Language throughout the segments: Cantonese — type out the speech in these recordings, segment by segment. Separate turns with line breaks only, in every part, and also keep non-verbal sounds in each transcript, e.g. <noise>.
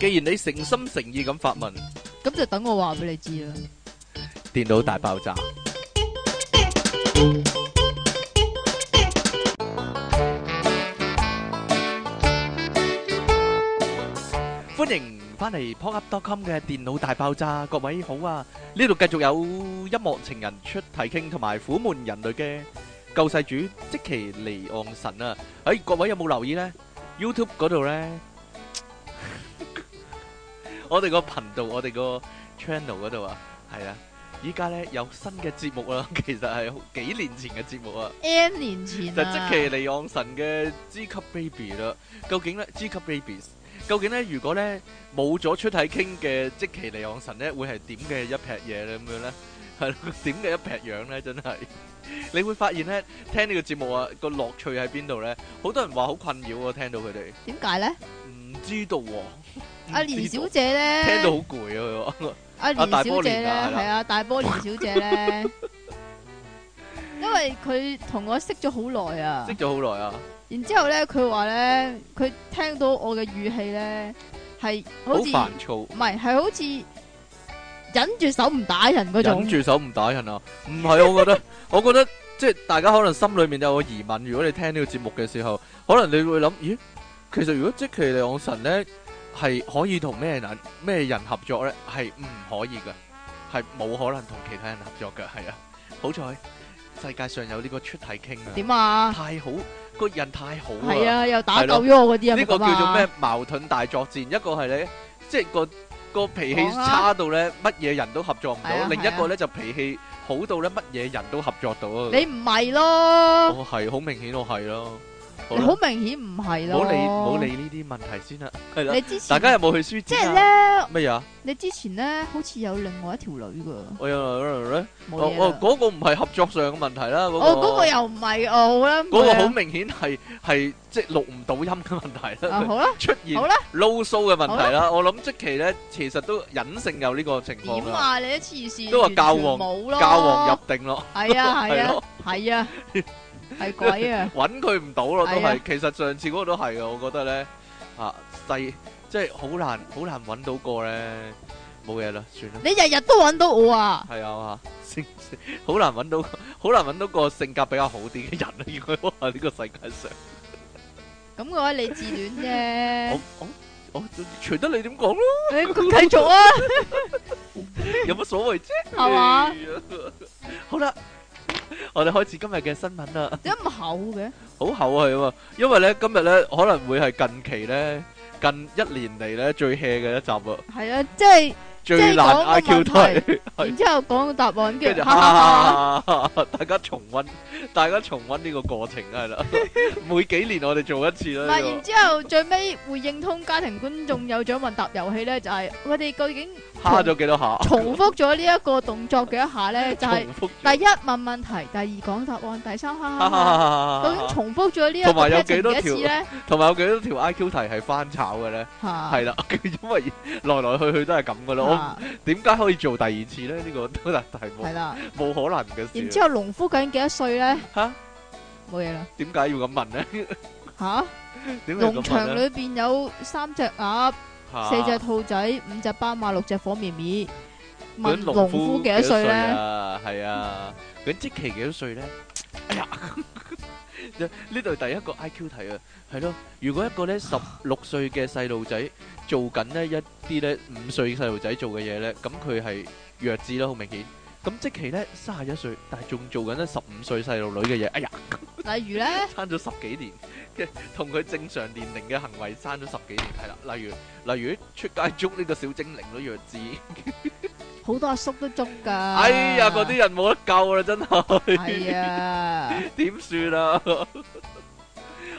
然你誠心誠意咁發問，
咁就等我話俾你知啦。
電腦大爆炸。歡迎翻嚟 pocket.com 嘅電腦大爆炸，各位好啊！呢度繼續有音樂情人出題傾，同埋苦悶人類嘅救世主即其離岸神啊！喺各位有冇留意呢？YouTube 嗰度呢， <laughs> 我哋個頻道，我哋個 channel 嗰度啊，係啦，依家呢有新嘅節目啦， <laughs> 其實係好幾年前嘅節目啊。
N 年前
就即
啊
其尼昂神嘅 G 級 baby 啦。究竟咧 G 級 babies，究竟咧如果咧冇咗出體傾嘅即其尼昂神咧，會係點嘅一劈嘢咧咁樣咧？ <laughs> 係咯，點嘅一劈樣咧？真係， <laughs> 你會發現咧，聽呢個節目啊，個樂趣喺邊度咧？好多人話好困擾喎，聽到佢哋
點解咧？
唔知道喎。
阿
唔知
連
道
小姐
聽到好
咧，
攰啊！佢話
阿
啊
連
大
小
波
姐
連
咧，
啊係啦
係啊，大波連小姐
<laughs>
咧，因為佢同我識咗好耐啊
識。咗好耐啊，
然之後咧，佢話咧，佢聽到我嘅語氣咧，係
好
好似
煩
唔
躁，
係，係好似忍住手唔打人 <laughs> 嗰
忍
種。
住手唔打人啊！唔係，我覺得，我覺得即係大家可能心裏面有個疑問，如果你聽呢個節目嘅時候，可能你會諗，咦，其實如果即其利昂神咧係可以同咩人咩人合作咧，係唔可以噶，係冇可能同其他人合作噶，係啊，好彩世界上有呢個出體傾啊，
點啊？
太好，個人太好
係啊，又打
係咯
救咗我嗰啲啊，
呢個
咁啊
叫做咩？矛盾大作戰，一個係咧，即係個個脾氣
講啊
差到咧乜嘢人都合作唔
係
到，
啊
另
係
一
啊
個咧就脾氣好到咧乜嘢人都合作到啊！
你唔係咯，
我係好明顯我係咯，好
你
啦，
好明顯唔係
唔
咯。
好理唔好。理呢啲問題先啦，係啦
你，之前
大家有冇去書
即
展
係
啊？
咧，
咩啊？
你之前咧好似有另外一條女噶，
我有我
冇嘢
我
啦。
嗰個唔係合作上嘅問題啦，哦嗰個
哦，嗰個又唔係哦，好啦，
嗰個
冇嘢
好
啦
明顯係係即係錄唔到音嘅問題
啊，
啦，
好啦，
<laughs> 出現
好啦，
撈蘇嘅問題啦，我諗即期咧其實都隱性有呢個情況
點
啦，
啊？你啲黐線，
都話教皇
完全冇咯，
教皇入定咯，<laughs>
係啊係
係
啊
咯，<laughs>
係啊，係鬼啊！
揾佢唔到咯，都
係
係
啊。
其實上次嗰個都係嘅，我覺得咧啊細即係好難好難揾到個咧，冇嘢啦，算啦，
你日日都揾到我啊！
係啊，性性好難揾到好難揾到個性格比較好啲嘅人啊，應該話呢個世界上，
咁嘅話你自戀
我
啫，
我我隨得你點
<laughs>
講咯，
你咁繼續啊，
有乜所謂啫？
係嘛？
<laughs> 好啦，我哋開始今日嘅新聞啦。
點解咁厚嘅？
好厚啊，係啊，因為咧今日咧可能會係近期咧近一年嚟咧最 hea 嘅一集啊，
係啊，即係
最難
講個
IQ
問
題，係
然之後講個答案，
跟
跟
住
住哈哈哈，
哈哈哈， <laughs> 大家重温，大家重温呢個過程啊係啦， <laughs> 每幾年我哋做一次
唔
啦，
係，
呢
然之後最尾回應通家庭觀眾有獎問答遊戲咧，就係我哋究竟
個蝦咗幾多 <laughs> 下，
重複咗呢一個動作嘅一
<laughs>
下咧，就係
重複
第
咗，
一問問題，第二講答案，第三哈
哈
哈
哈哈
哈。究竟
哈哈，
重複咗呢一個
同埋有幾
pattern
多
幾次
條
咧？
同埋有幾多條 IQ 題係翻炒嘅咧？
嚇
<laughs> 係啦，因為來來去去都係咁噶啦，我
嚇
點解可以做第二次咧？呢個都係題目
係，啦。
冇可能嘅
然
事
之後農夫究竟幾多歲咧？
嚇
冇嘢啦
啊，點解要咁問咧？
嚇。
點解要咁
農
問
場
咧
裏邊有三隻鴨、
嚇
四隻兔仔、五隻斑馬、六隻火綿綿。問
咁
農
夫
夫幾多歲咧？
啊？係啊，咁即期幾多歲咧？哎 <laughs> 呀，呢度第一個 I Q à. 題啊，係咯。如果一個咧十六歲嘅細路仔做緊呢一啲咧五歲細路仔做嘅嘢咧，咁佢係弱智啦，好明顯。咁即期咧三十一歲，但係仲做緊咧十五歲細路女嘅嘢，哎呀，
例如咧，
差咗十幾年嘅，同佢正常年齡嘅行為差咗十幾年，係啦。例如例如出街捉呢個小精靈都弱智，
好多阿叔都捉㗎。
哎呀，嗰啲人冇得救啦，真係。
係啊，
<laughs> 點算啊？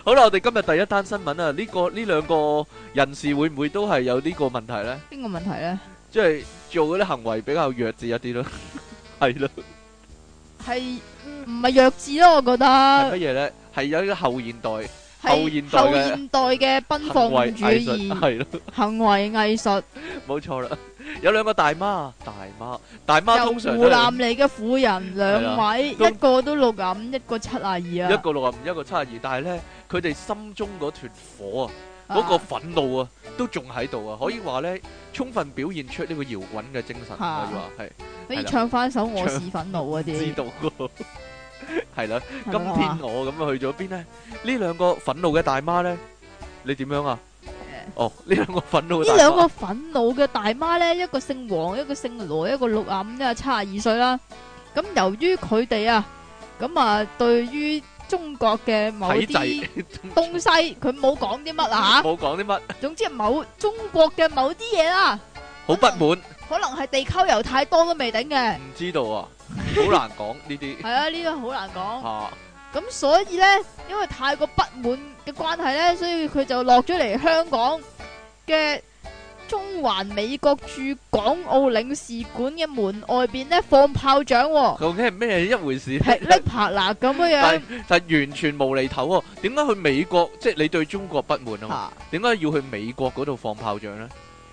好啦，我哋今日第一單新聞啊，呢個呢兩個人士會唔會都係有呢個問題咧？
邊個問題咧？
即係做嗰啲行為比較弱智一啲咯，係咯，
係嗯唔係弱智咯？我覺
係乜
得
嘢咧？係有呢個後現代
係
後現代嘅
後現代嘅奔
行為
放主
藝術，
義、
係咯，
行為藝術，
冇錯啦。有兩個大媽，大媽，大媽
由
通常
湖
都
南
係啊
嚟嘅婦人兩位，
都
一個都六廿五，一個七廿二
一
啊！
個六十五，一個七十二，但係咧，佢哋心中嗰團火啊，嗰個憤怒啊，都仲喺度啊，可以話咧，充分表現出呢個搖滾嘅精神，可以
啊
話係
可以
係啦
唱翻首我是
唱
憤怒嗰
知
啲，啊
道喎， <laughs> 係啦。
係咪
今
啊
天我咁啊去咗邊呢？呢兩個憤怒嘅大媽呢？你點樣啊？哦，呢兩個憤怒嘅
呢
大
兩個
媽，
憤怒嘅大媽呢，一個姓黃，一個姓羅，一個六啊五，一個七廿二歲啦。咁由於佢哋啊，咁啊對於中國嘅某
體
啲
制
東西，佢冇講啲乜
<laughs>
啊
冇講啲乜，
吓。總之某中國嘅某啲嘢啦，
好不
<laughs>
滿，
可能係地溝油太多都未頂嘅。
唔知道啊，好難講
<laughs>
呢啲
係啊，呢個好難講。
啊。
咁所以咧，因為太過不滿嘅關係咧，所以佢就落咗嚟香港嘅中環美國駐港澳領事館嘅門外邊咧放炮仗、喎，
究竟係咩一回事呢？
噼哩啪啦咁樣
但但完全無厘頭喎。點解去美國？即係你對中國不滿啊
樣
嘛？
嚇，
點解要去美國嗰度放炮仗呢？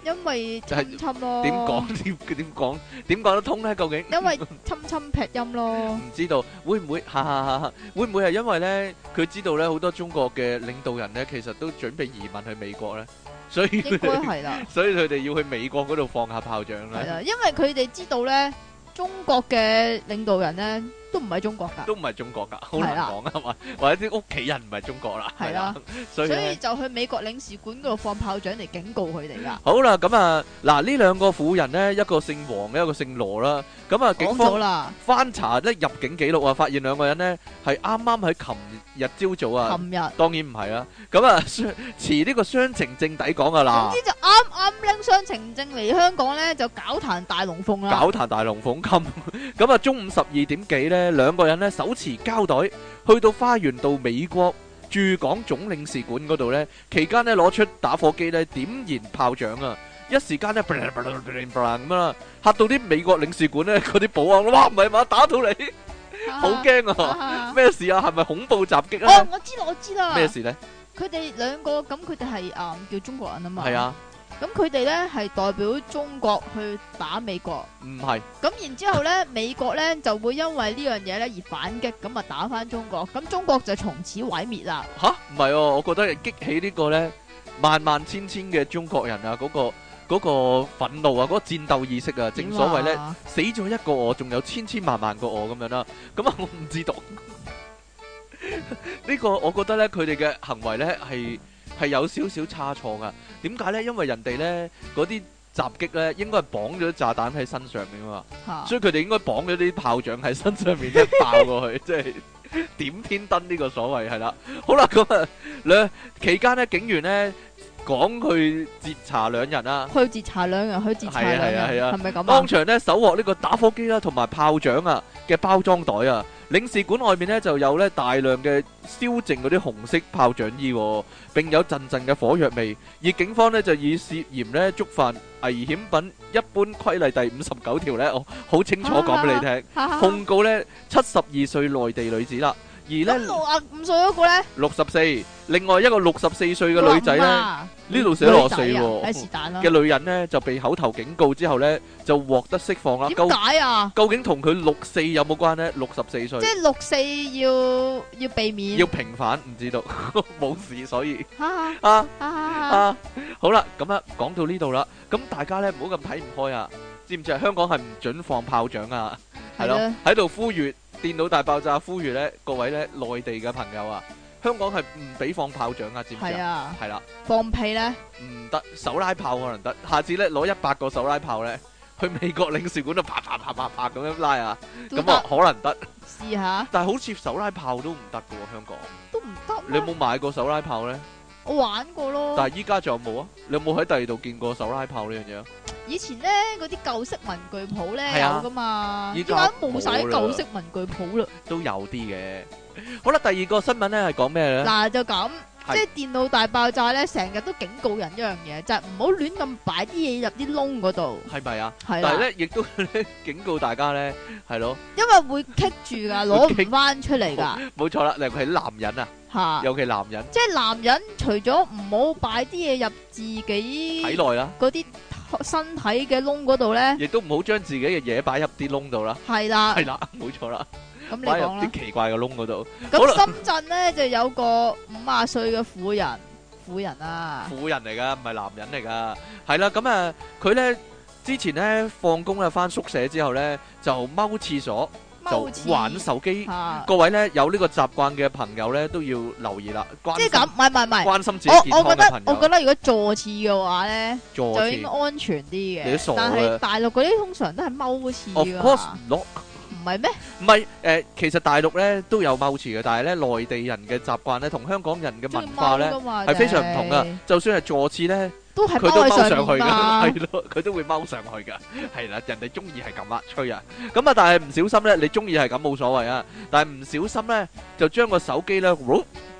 因為
就係
侵侵咯，
點？講？點點講？點講得通呢？究竟？
因為侵侵劈音
<laughs>
咯，
唔知道會唔會哈哈哈哈？會唔會係因為咧佢知道咧好多中國嘅領導人咧其實都準備移民去美國 <laughs> 咧，所以
應
佢
該
哋
係啦，
所以佢哋要去美國嗰度放下炮仗
係
咧，
啦，因為佢哋知道咧，中國嘅領導人咧都唔係中國㗎，
都唔係中國㗎，好難
係啦
講啊嘛，或者啲屋企人唔係中國啦，
係啦，
所以
所
呢
以就去美國領事館嗰度放炮仗嚟警告佢哋㗎。
好啦，咁啊嗱呢兩個婦人咧，一個姓黃，一個姓羅啦，咁啊警
講
方
咗。啦。
翻查咧入境記錄啊，發現兩個人咧係啱啱喺琴日朝早啊，
琴日，
當然唔係啦，咁啊 <laughs> 雙持呢個雙程證抵港啊嗱
總。之就啱啱拎雙程證嚟香港咧，就搞壇大龍鳳啦。
<laughs> 搞壇大龍鳳金。 <laughs> 咁啊，中午十二點幾呢，兩個人呢手持膠袋去到花園道美國駐港總領事館嗰度呢，期間呢攞出打火機呢點燃炮仗啊！一時間呢，咁啦，嚇到啲美國領事館呢嗰啲保安，哇唔係嘛，打到你，好驚啊！
啊！
咩事啊？係咪恐怖襲擊
哦
啊，？
我知啦，我知啦。
咩事呢？
佢哋兩個咁，佢哋係啊叫中國人啊嘛。
係。啊，
咁佢哋咧係代表中國去打美國，
唔係
咁然之後咧美國咧就會因為呢樣嘢咧而反擊，咁啊打翻中國，咁中國就從此毀滅啦。
吓，唔係哦，我覺得係激起呢個呢萬萬千千嘅中國人啊，嗰個嗰個憤怒啊，嗰個戰鬥意識啊，正所謂呢。
點啊
死咗一個我，仲有千千萬萬個我咁樣啦。咁啊，我唔知道呢個，我覺得呢，佢哋嘅行為呢係係有少少差錯噶。點解呢？因為人哋呢嗰啲襲擊呢應該係綁咗炸彈喺身上面啊嘛， <laughs>
嚇
所以佢哋應該綁咗啲炮仗喺身上面一爆過去，即係點天燈呢個所謂係啦。好啦，咁啊，兩期間呢，警員呢講佢截查兩人啦、
去截查兩人，去截查兩
係啊係啊係
人，
啊
係咪咁啊
當？場咧搜獲呢個打火機啦，同埋炮仗啊嘅包裝袋啊。領事館外面咧就有咧大量嘅燒淨嗰啲紅色炮仗衣、喎，並有陣陣嘅火藥味。而警方咧就以涉嫌咧觸犯危險品一般規例第五十九條咧，我好清楚講俾你聽，
哈哈哈
控告咧七十二歲內地女子啦，而
咁
咧
六啊五歲嗰個咧？
六十四，另外一個六十四歲嘅女仔咧。
呢
呢度寫落四喎
是但啦
嘅。女人呢，就被口頭警告之後呢，就獲得釋放啦。
點
究
解啊？
究竟同佢六四有冇關呢？六十四
即
歲
係六四要要避免，
要平反，唔知道 <laughs> 冇事，所以
哈哈
啊
哈哈哈
啊，好啦，咁啊，講到呢度啦，咁大家呢，唔好咁睇唔開啊，知唔知啊？香港係唔准放炮仗啊，係
係
咯
咯，
喺度呼籲電腦大爆炸，呼籲呢各位呢內地嘅朋友啊，香港係唔俾放炮仗啊，知唔知
係
啊？
啊，
係啦，
放屁咧，
唔得手拉炮可能得，下次呢，攞一百個手拉炮呢，去美國領事館度啪啪啪啪啪咁樣拉啊，
都
咁啊
得
可能得。
試下，
但係好似手拉炮都唔得嘅喎，香港。
都唔得
你有
咩。
冇買過手拉炮呢？
我玩過咯
但，係依家仲有冇啊？你有冇喺第二度見過手拉炮呢樣嘢啊？
以前咧嗰啲舊式文具鋪咧
係啊
有噶嘛，
依
依
家
家冇晒
冇
啲
啦
舊式文具鋪啦。
都有啲嘅。好啦，第二個新聞呢係講咩呢？
嗱就咁，
係
即係電腦大爆炸咧，成日都警告人一樣嘢，就係唔好亂咁擺啲嘢入啲窿嗰度，
係咪啊？
係
但係
啦，
呢，亦都呢警告大家呢，係咯，
因為會棘住噶，攞唔翻出嚟噶。
冇錯啦，尤其係男人啊，
吓，
尤其男人
即系男人除咗唔好擺啲嘢入自己
體內啦，
嗰啲身體嘅窿嗰度咧，
亦都唔好將自己嘅嘢擺入啲窿度啦。
係啦，
係啦，冇錯啦，
啊咁你
擺入
講啦
啲。奇怪嘅窿嗰度。好啦
咁深圳咧就有個五啊歲嘅婦人，婦人啊，
婦人嚟噶，唔係男人嚟噶。係啦，咁啊，佢咧之前咧放工啊，翻宿舍之後咧就踎廁所，
踎
就
廁啊
玩手機。
嚇，
各位咧有呢個習慣嘅朋友咧都要留意啦，關
即
心
係咁，唔係唔係唔係，
關心自己健
我
康
我覺
嘅
得我
朋
覺
友。
得如果坐廁嘅話咧，
坐
就應該
廁
安全
你
啲
都
嘅
傻，
但
嘅
係大陸嗰啲通常都係踎
，of
廁㗎
course
嘛，
not。
唔係咩？
唔係誒，其實大陸咧都有踎廁嘅，但係咧內地人嘅習慣咧同香港人嘅文化咧
鍾意踎㗎嘛
係非常唔同噶
就係。
就算係坐廁咧。
都係
佢都踎
踎喺
上
上
去
面嘛
噶，， <laughs> 係咯，佢都會踎上去噶，係啦，人哋中意係咁啦，吹啊，咁啊，但係唔小心咧，你中意係咁冇所謂啊，但係唔小心咧，就將個手機咧，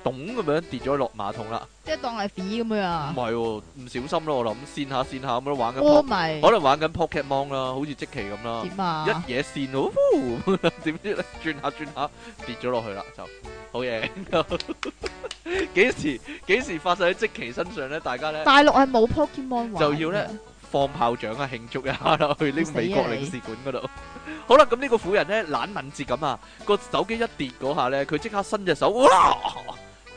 咚咁樣跌咗落馬桶啦，
即係當係 B 咁樣
唔
啊，
係喎，唔小心咯，我諗跣下跣下咁啊樣玩緊
屙
po-
咪
可能玩緊 Pokemon 啦，好似即期咁啦，
點啊？
一嘢跣到，呼 <laughs> 點知咧轉下轉下跌咗落去啦，就好嘢， <laughs> 幾時幾時發生喺即期身上咧？大家咧。
大陸係冇 Pokemon 玩
就要咧
嘅
放炮仗啊，慶祝一下啦，去呢個
死啊
美國領事館嗰度。 <laughs> 好啦，咁呢個婦人咧懶敏捷咁啊，個手機一跌嗰下咧，佢即刻伸隻手，哇！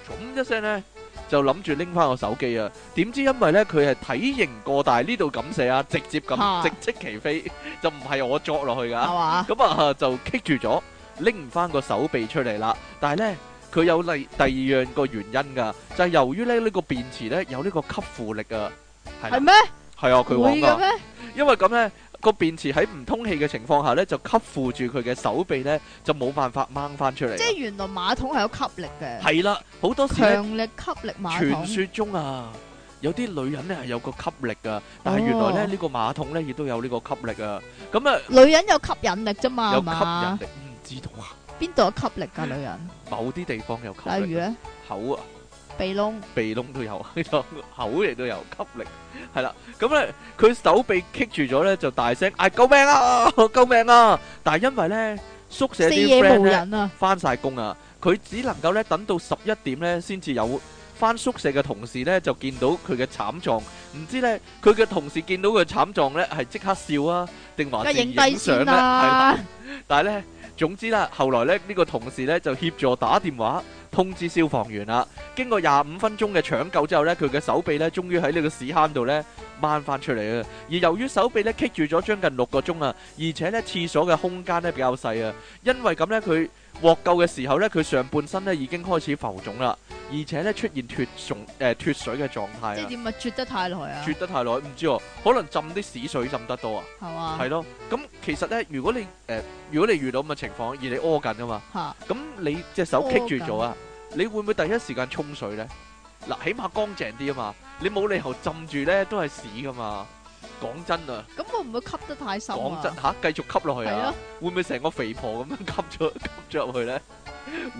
咁一聲咧就諗住拎翻個手機啊，點知因為咧佢係體型過大，呢度咁寫啊，直接咁
嚇
直即其飛，就唔係我作落去噶。
係嘛？
咁啊就棘住咗，拎唔翻個手臂出嚟啦。但係呢，佢有第第二樣個原因噶，就係、由於咧呢、個便池呢有呢個吸附力啊，係
係
啦
咩？
係啊，佢
會
講
嘅
噶，
咩？
因為咁呢個便池喺唔通氣嘅情況下呢，就吸附住佢嘅手臂呢，就冇辦法掹翻出嚟
即。係原來馬桶係有吸力嘅，
係啦，好多時呢，
強力吸力馬
傳
桶。
說中啊。有啲女人呢係有個吸力噶，但係原來呢，
哦
呢、個馬桶呢亦都有呢個吸力啊。咁啊
女人有吸引力啫嘛，
有
係嘛？
吸引力，唔知道啊。
邊度有吸力㗎女人？
某啲地方有吸力。啊
例如咧，
口啊、
鼻窿
鼻窿都有，口亦都有吸力，係啦。咁咧，佢手臂棘住咗咧，就大聲嗌救命啊！ <laughs> 救命啊！但係因為咧宿舍
四
啲
野
friend
無
咧
人啊，
翻晒工啊，佢只能夠咧等到十一點咧先至有。翻宿舍嘅同事咧就見到佢嘅慘狀，唔知咧佢嘅同事見到佢嘅慘狀咧係即刻笑啊，定
梗
還
係
是
影低
影相
先
咧？係啦
啦。
但系咧，總之啦，後來咧呢、呢個同事咧就協助打電話通知消防員啦。經過廿五分鐘嘅搶救之後咧，佢嘅手臂咧終於喺呢個屎坑度咧掹翻出嚟啊！而由於手臂咧棘住咗將近六個鐘啊，而且咧廁所嘅空間咧比較細啊，因為咁咧佢獲救嘅時候咧，佢上半身咧已經開始浮腫啦，而且咧出現脱鬆誒脱水嘅狀態
即係
啊，
點啊？啜得太耐啊，
脱得太耐唔知喎，可能浸啲屎水浸得多啊！
係嘛？
係咯，咁其實咧，如果你誒、呃如果你遇到咁嘅情況，而你屙緊啊嘛，
嚇，
咁你隻手棘住咗啊，你會唔會第一時間沖水咧？嗱，起碼乾淨啲啊嘛，你冇理由浸住咧都係屎噶嘛。講真啊，
咁會唔會吸得太深
講
啊？
真吓，繼續吸落去
係
啊
咯，，
會唔會成個肥婆咁樣 <laughs> 吸咗吸咗入去咧？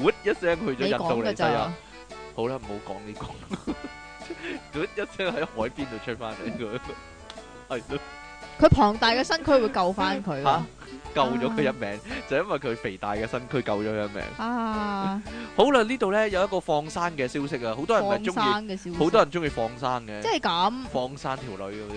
活一聲去咗
你
印
講
度
㗎
尼西亞
咋。？
好啦，唔好講 <laughs> 呢個，佢一聲喺海邊度出翻嚟佢，係咯。
佢龐大嘅身軀會救翻佢
吓
啊！
救
Ờ.
咗佢一命，就因為佢肥大嘅身軀救咗佢一命。
啊，
好啦，呢度呢有一個放生嘅消息啊，好多人咪
放
中意，
生嘅消息，
好多人中意放生嘅
即，係咁。
放生條女嗰啲，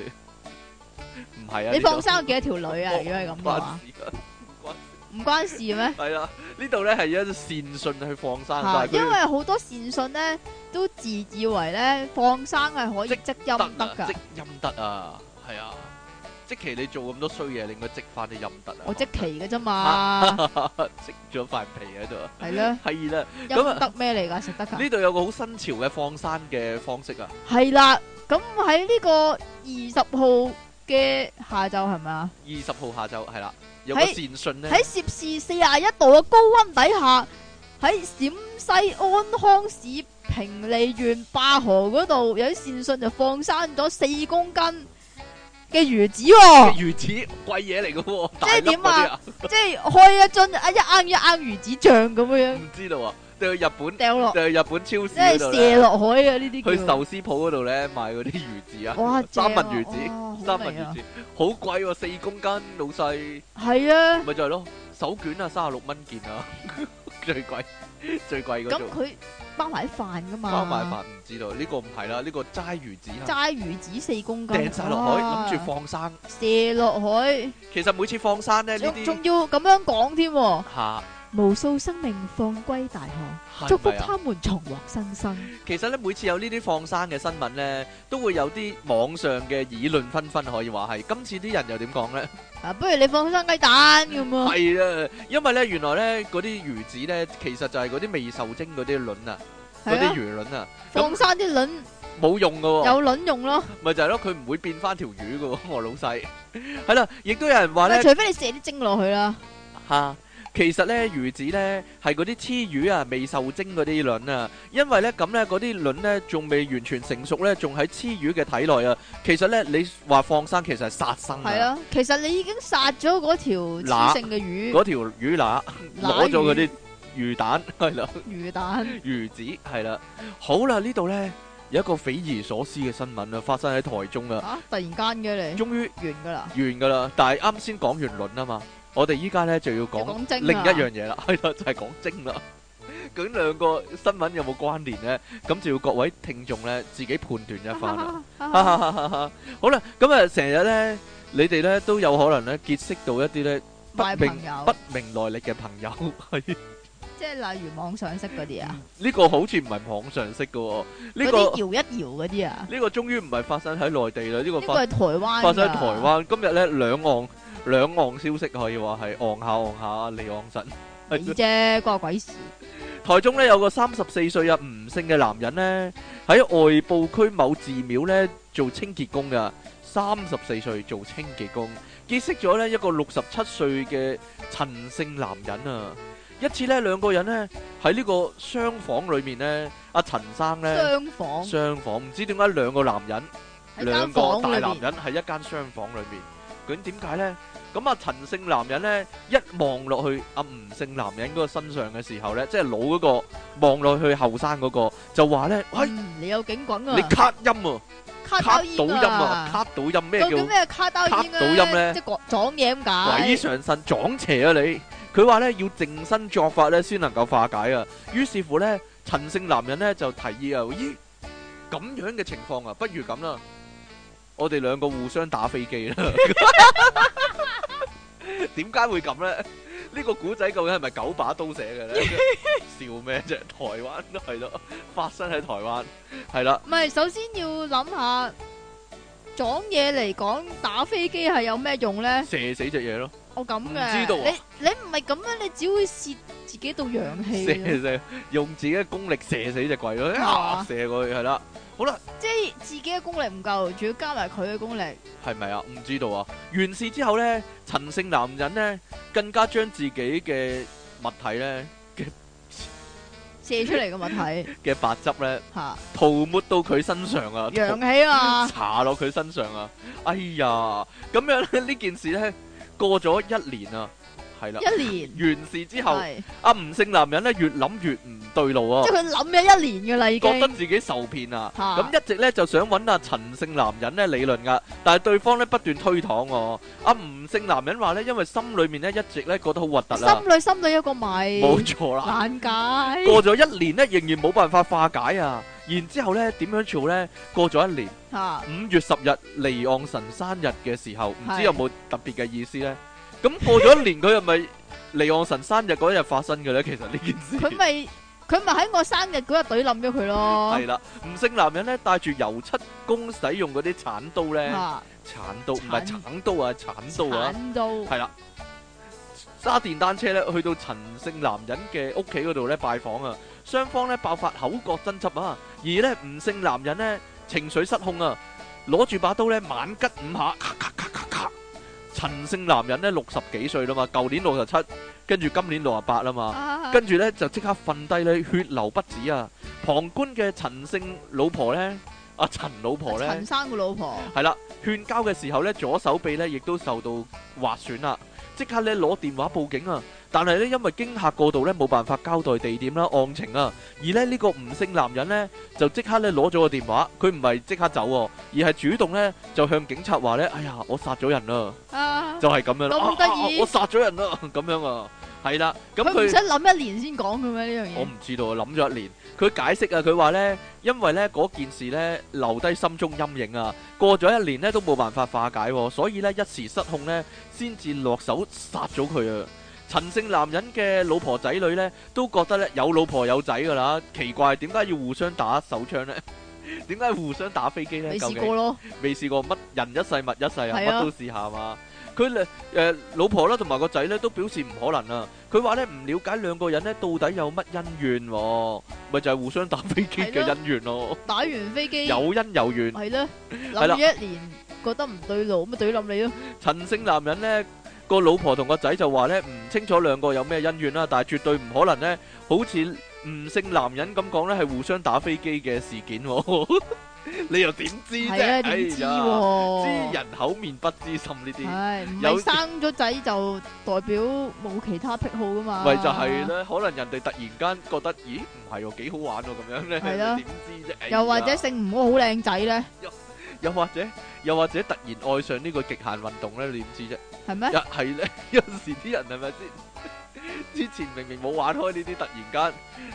唔係啊，
你
呢度
放生有幾多條女啊？如果係咁嘅話，
關事啊
唔關事咩？
係啦，呢度呢係一啲善信去放生，
嚇，
但係
因
佢
為好多善信咧都自以為咧放生係可以積陰德
啊
㗎
積。陰德啊，係啊，即其你做咁多衰嘢，你應該積翻啲陰德啊，
我即期嘅啫嘛，
積咗塊皮喺度啊，
<laughs> 係咯，
係啦，咁啊
陰德咩嚟㗎？食得㗎？
呢度有個好新潮嘅放生嘅方式啊。
係啦，咁喺呢個二十號嘅下晝係咪啊？
二十號下晝係啦，有個
喺
善信咧
喺攝氏四廿一度嘅高温底下，喺陝西安康市平利縣霸河嗰度，有啲善信就放生咗四公斤嘅魚子喎、
嘅魚子貴嘢嚟嘅喎，大粒
係點啊
嗰啲啊？
即係開一樽啊一盎一盎魚子醬咁樣
唔知道啊，掉去日本，
掉落，
掉去日本超市
即係
嗰度
射
咧，
落海啊！
去
呢啲叫
壽司鋪嗰度咧買嗰啲魚子啊，
哇，
三文
正啊
魚子，
哇好
三文
味啊
魚子好貴喎，四公斤，老細
係啊，
咪就係咯，手卷啊，三十六蚊件啊， <laughs> 最貴最貴嗰
咁
種，
佢包埋飯噶嘛，
包埋飯唔知道，呢個唔係啦，呢個齋魚子啊，
齋魚子四公斤，
掟晒落海，
哇
諗住放生，
射落海，
其實每次放生咧呢
仲
啲
仲要咁樣講添喎。
嚇
無數生命放歸大海，
啊
祝福他們重獲新生。
其實咧，每次有呢啲放生嘅新聞咧，都會有啲網上嘅議論紛紛，可以話係。今次啲人又點講
<laughs>
咧？
啊，不如你放生雞蛋咁啊！
係啊，因為咧原來咧嗰啲魚子咧，其實就係嗰啲未受精嗰啲卵啊，嗰
係
啲
啊，
魚卵啊，
放生啲卵
冇用噶喎，
有卵用咯，
咪就係咯，佢唔會變翻條魚噶喎，我老細。係啦，亦都有人話
咪
咧
除非你射啲精落去啦。
吓。其實咧魚子咧係嗰啲黐魚啊，未受精嗰啲卵啊，因為咧咁咧嗰啲卵咧仲未完全成熟咧，仲喺黐魚嘅體內啊。其實咧你話放生其實係殺生
係
啊，
啊，其實你已經殺咗嗰條
乸
雌性嘅魚
嗰條魚乸
乸
攞咗嗰
魚
啲魚蛋 <laughs> 係啦。
魚蛋，
魚子係啦，好啦，呢度呢，有一個匪夷所思嘅新聞啊，發生喺台中啊，
吓突然間嘅
終於
你完噶啦，
完噶啦，但係啱先講完論啊嘛，我哋依家呢就要
要
講
講精啊
另一樣嘢啦， <laughs> 係啦，就係講精啦。 <laughs> 究竟兩個新聞有冇關聯呢？咁就要各位聽眾呢自己判斷一番
<laughs>
啦。 <laughs> 好啦，咁啊，成日呢，你哋呢都有可能呢結識到一啲呢不
賣
明
朋友
不明來歷嘅朋友，係
即係例如網上識嗰啲啊，
<laughs> 呢個好似唔係網上識嘅喎，
嗰
呢個
啲搖一搖嗰啲啊，
呢個終於唔係發生喺內地啦，呢個
呢個
發
係台灣，
發生喺台，灣。今日咧兩岸兩岸消息可以話係昂下昂下離岸神。
你啫，
哎
關我啊鬼事。
台中咧有個三十四歲啊吳姓嘅男人咧喺外埔區某寺廟咧做清潔工噶，三十四歲做清潔工，結識咗咧一個六十七歲嘅陳姓男人啊。一次咧兩個人咧喺呢個商房裏面咧，阿陳生咧
雙房
商房唔知點解兩個男人。
喺
兩
間
個啊
房
大
裏
男
邊，
人喺一間商房裏面，究竟點解呢？咁啊，陳姓男人呢，一望落去阿吳姓男人嗰個身上嘅時候呢，即係老嗰、個望落去後生嗰個，就話呢：「喂，
嗯你有警棍啊，
哎你卡音啊，
卡
卡
兜
到
煙
音啊，卡到音咩
究
叫
竟咩卡兜煙
卡兜音咧
即係講撞嘢
<laughs>
咁解。
鬼上身撞邪啊你？佢話呢，要淨身作法呢，先能夠化解啊。於是乎呢，陳姓男人呢，就提議啊，咦，咁樣嘅情況啊，不如咁啦，我哋兩個互相打飛機啦。點解會咁呢？呢個古仔究竟係咪九把刀寫嘅呢？笑咩啫？台灣都係咯，發生喺台灣係啦。
唔係，首先要諗下撞嘢嚟講，打飛機係有咩用咧？
射死隻嘢咯，
我咁
唔
嘅，
知道啊
你你唔係咁樣，你只會泄自己度陽
<laughs>
氣
射
嘅，
射用自己嘅功力射死隻鬼咯，啊
啊
射過去係啦。好啦。
即係自己嘅功力唔夠，仲要加埋佢嘅功力，
<laughs> 係咪啊？唔知道啊！完事之後呢，陳姓男人呢，更加將自己嘅物體呢
射出嚟嘅物體
嘅白汁呢，
吓
塗抹到佢身上啊，
陽氣啊嘛，
搽落佢身上啊！哎呀，咁樣呢呢件事呢，過咗一年啊，係啦。
一年
完事之後，
係，即
阿吳姓男人呢，越諗越唔對路啊
係，佢諗咗一年嘅啦已
覺得
經，
自己受騙啊！
嚇
咁一直呢，就想揾阿陳姓男人呢理論噶，但係對方呢不斷推搪我。阿吳姓男人話呢，因為心裏面呢一直呢覺得好核突啊，
心裏心裏有個米，
冇錯啦。
難解，
過咗一年呢，仍然冇辦法化解啊。然之後呢，點樣做呢？過咗一年，
吓
五月十日離岸神生日嘅時候，唔知
係
有冇特別嘅意思呢？咁過咗一年，佢係咪離岸神生日嗰日發生嘅呢？其實呢件事
佢咪佢咪喺我生日嗰日懟冧咗佢咯
係，啦，吳姓男人呢，帶住油漆工使用嗰啲鏟刀呢。
吓
鏟刀唔係
鏟
鏟刀啊，鏟刀啊，
慘到。
係啦。揸電單車咧，去到陳姓男人嘅屋企嗰度咧拜訪啊，雙方咧爆發口角爭執啊，而咧吳姓男人咧情緒失控啊，攞住把刀咧猛吉五下，咔咔咔咔咔。陳姓男人咧六十幾歲啦嘛，舊年六十七，跟住今年六十八啦嘛。
啊
跟住呢，就即刻瞓低咧，血流不止啊！旁觀嘅陳姓老婆呢，阿、陳老婆呢，
陳生個老婆
係啦，勸交嘅時候咧，左手臂咧亦都受到劃損啦，即刻咧攞電話報警啊！但係咧，因為驚嚇過度咧，冇辦法交代地點啦、案情啊，而咧呢個吳姓男人咧就即刻咧攞咗個電話，佢唔係即刻走喎，而係主動咧就向警察話咧：哎呀，我殺咗人啦！
啊，
就係咁樣啦，
咁
啊啊
得意
我殺咗人啦，咁樣啊，係啦，咁
佢唔
佢
使。諗一年先講嘅咩呢樣
我
嘢
唔？知道啊，諗咗一年。佢解釋啊，佢話呢，因為呢嗰件事呢，留低心中陰影啊，過咗一年呢都冇辦法化解、喎，所以呢，一時失控呢，先至落手殺咗佢啊。陳姓男人嘅老婆仔女呢，都覺得呢有老婆有仔噶啦，奇怪點解要互相打手槍呢？ <laughs> 點解互相打飛機呢？
未
究
試
竟
過咯，
未試過乜人一世物一世啊，
係
乜
啊
都試下嘛。佢咧誒老婆啦，同埋個仔咧都表示唔可能啊。佢話咧唔了解兩個人咧到底有乜恩怨喎，咪就係互相打飛機嘅
係咯
恩怨咯，
打完飛機
有恩有怨。
係咧，
係啦
諗咗一年覺得唔對路，咁咪對冧你咯，
陳姓男人呢個老婆同個仔就話呢唔清楚兩個有咩恩怨啦，啊但係絕對唔可能呢好似吳姓男人咁講呢係互相打飛機嘅事件喎。
<laughs>
你又點知啫？
係啊，點知
哎呀
喎
知？人口面不知心呢啲。
唉，唔
有
係生咗仔就代表冇其他癖好噶嘛？
咪就係，咧，可能人哋突然間覺得，咦，唔係喎，幾好玩喎，咁樣咧，
係
<laughs>
咯
你點知啫？哎
又或者
呀
姓吳好靚仔咧，
又或者，又或者突然愛上呢個極限運動咧，你點知啫？
係咩
一？係咧， <laughs> 有時啲人係咪先？ <laughs> 之前明明冇玩開呢啲，突然間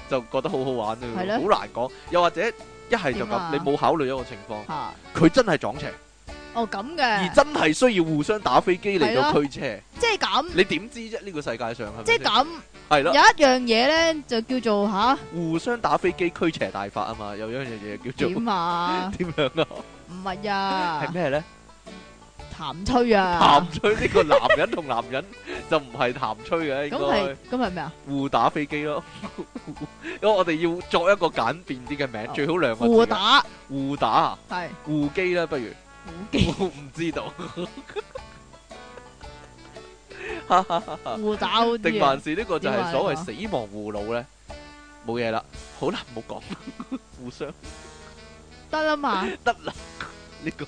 就覺得好好玩啊，好
係咯
難講。又或者一係就
點啊
咁，你冇考慮一個情況，
吓，
佢真係撞邪，
哦咁
而
嘅，
真係需要互相打飛機嚟到
係咯
驅邪，
即係咁，
你點知啫？呢個世界上係咪
即係
先？
咁，
係
有
啦
一，樣嘢咧就叫
<laughs>
做吓
互相打飛機驅邪大法啊嘛，有一樣嘢叫做
點啊？
點樣啊？
唔係
<laughs>
啊
係，咩咧？
談吹啊
談，吹呢個男人同男人就唔係談吹嘅，
咁
應該
係。咁係咩啊？
互打飛機咯， <laughs> 因為我哋要作一個簡便啲嘅名，
哦
最好兩個字嘅啊
互打
互打啊，
係
互機啦，
<laughs>
不如
互
我唔知道，
互打嗰
定
啲啊
還，是呢個就係所謂死亡互腦咧？冇嘢啦，好啦，唔好講， <laughs> 互相
得啦嘛，
得啦，呢個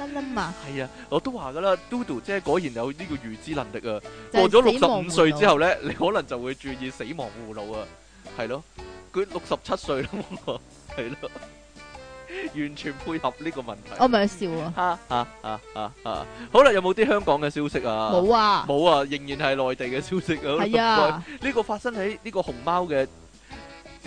得啦嘛，
係啊，我都話噶啦，Dodo 姐果然有呢個預知能力啊！
就
過
係
咗
死亡
65
門
歲
路
之後呢，你可能就會注意死亡護腦啊，係咯，佢67歲啦喎，係咯， <laughs> 完全配合呢個問題。
我咪笑啊，
<laughs> 哈哈哈哈哈好啦，有冇啲香港嘅消息啊？
冇啊，
冇啊，仍然係內地嘅消息啊。
係
<laughs> 唔
啊，
該，呢個發生喺呢個熊貓嘅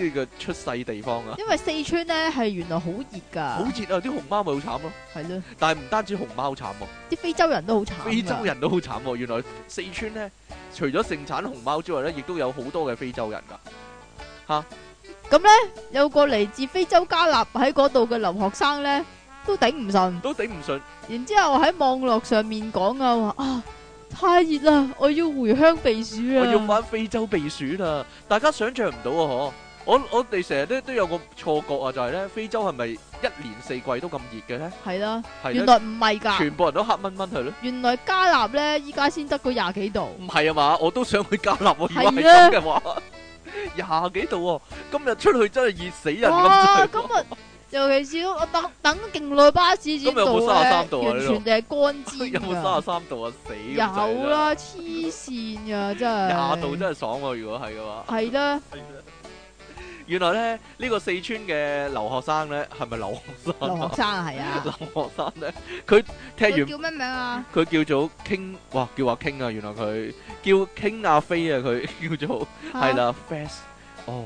呢個出世地方啊，
因為四川咧係原來好熱
好
㗎，
熱啊！啲熊貓咪好慘咯，
係咯，
但係唔單止熊貓慘喎。
啲非洲人都好慘㗎，
<laughs> 非洲人都好慘喎，原來四川咧，除咗盛產熊貓之外咧，亦都有好多嘅非洲人噶。
有個嚟自非洲加納喺嗰度嘅留學生咧，都頂唔順，
都頂唔順，
然之後喺網絡上面講啊話啊太熱啦，我要回鄉避暑
我
啊，
要玩非洲避暑啦！大家想象唔到啊，嗬！我我哋成日咧都有個錯覺啊，就係咧非洲係咪一年四季都咁熱嘅咧？
係啦，
係咧，
原來啊唔係㗎，
全部人都黑蚊蚊係咧？
原來加納咧依家先得個廿幾度，
唔係啊嘛，我都想去加納喎，如
係啊
果係咁嘅話，廿幾度喎，今日出去真係熱死人
哇！
咁
今
真係。
日尤其是我等 <laughs> 等勁耐巴士先
今
到
日有冇33
咧，
度啊
完全就係乾煎
<laughs> 有冇三
㗎
十三度啊？死咁滯
有，啦，黐線㗎真係
廿度真係爽喎！如果係嘅話。
係啦，
原來咧，呢、個四川嘅留學生咧，係咪留學生啊？
留學生啊
<laughs>
係啊，
留學生咧，佢踢
佢
完
叫咩名
<laughs>
啊？
佢叫做傾，哇，叫阿傾啊！原來佢叫傾阿飛啊，佢 <laughs> 叫做係啦，fast 哦。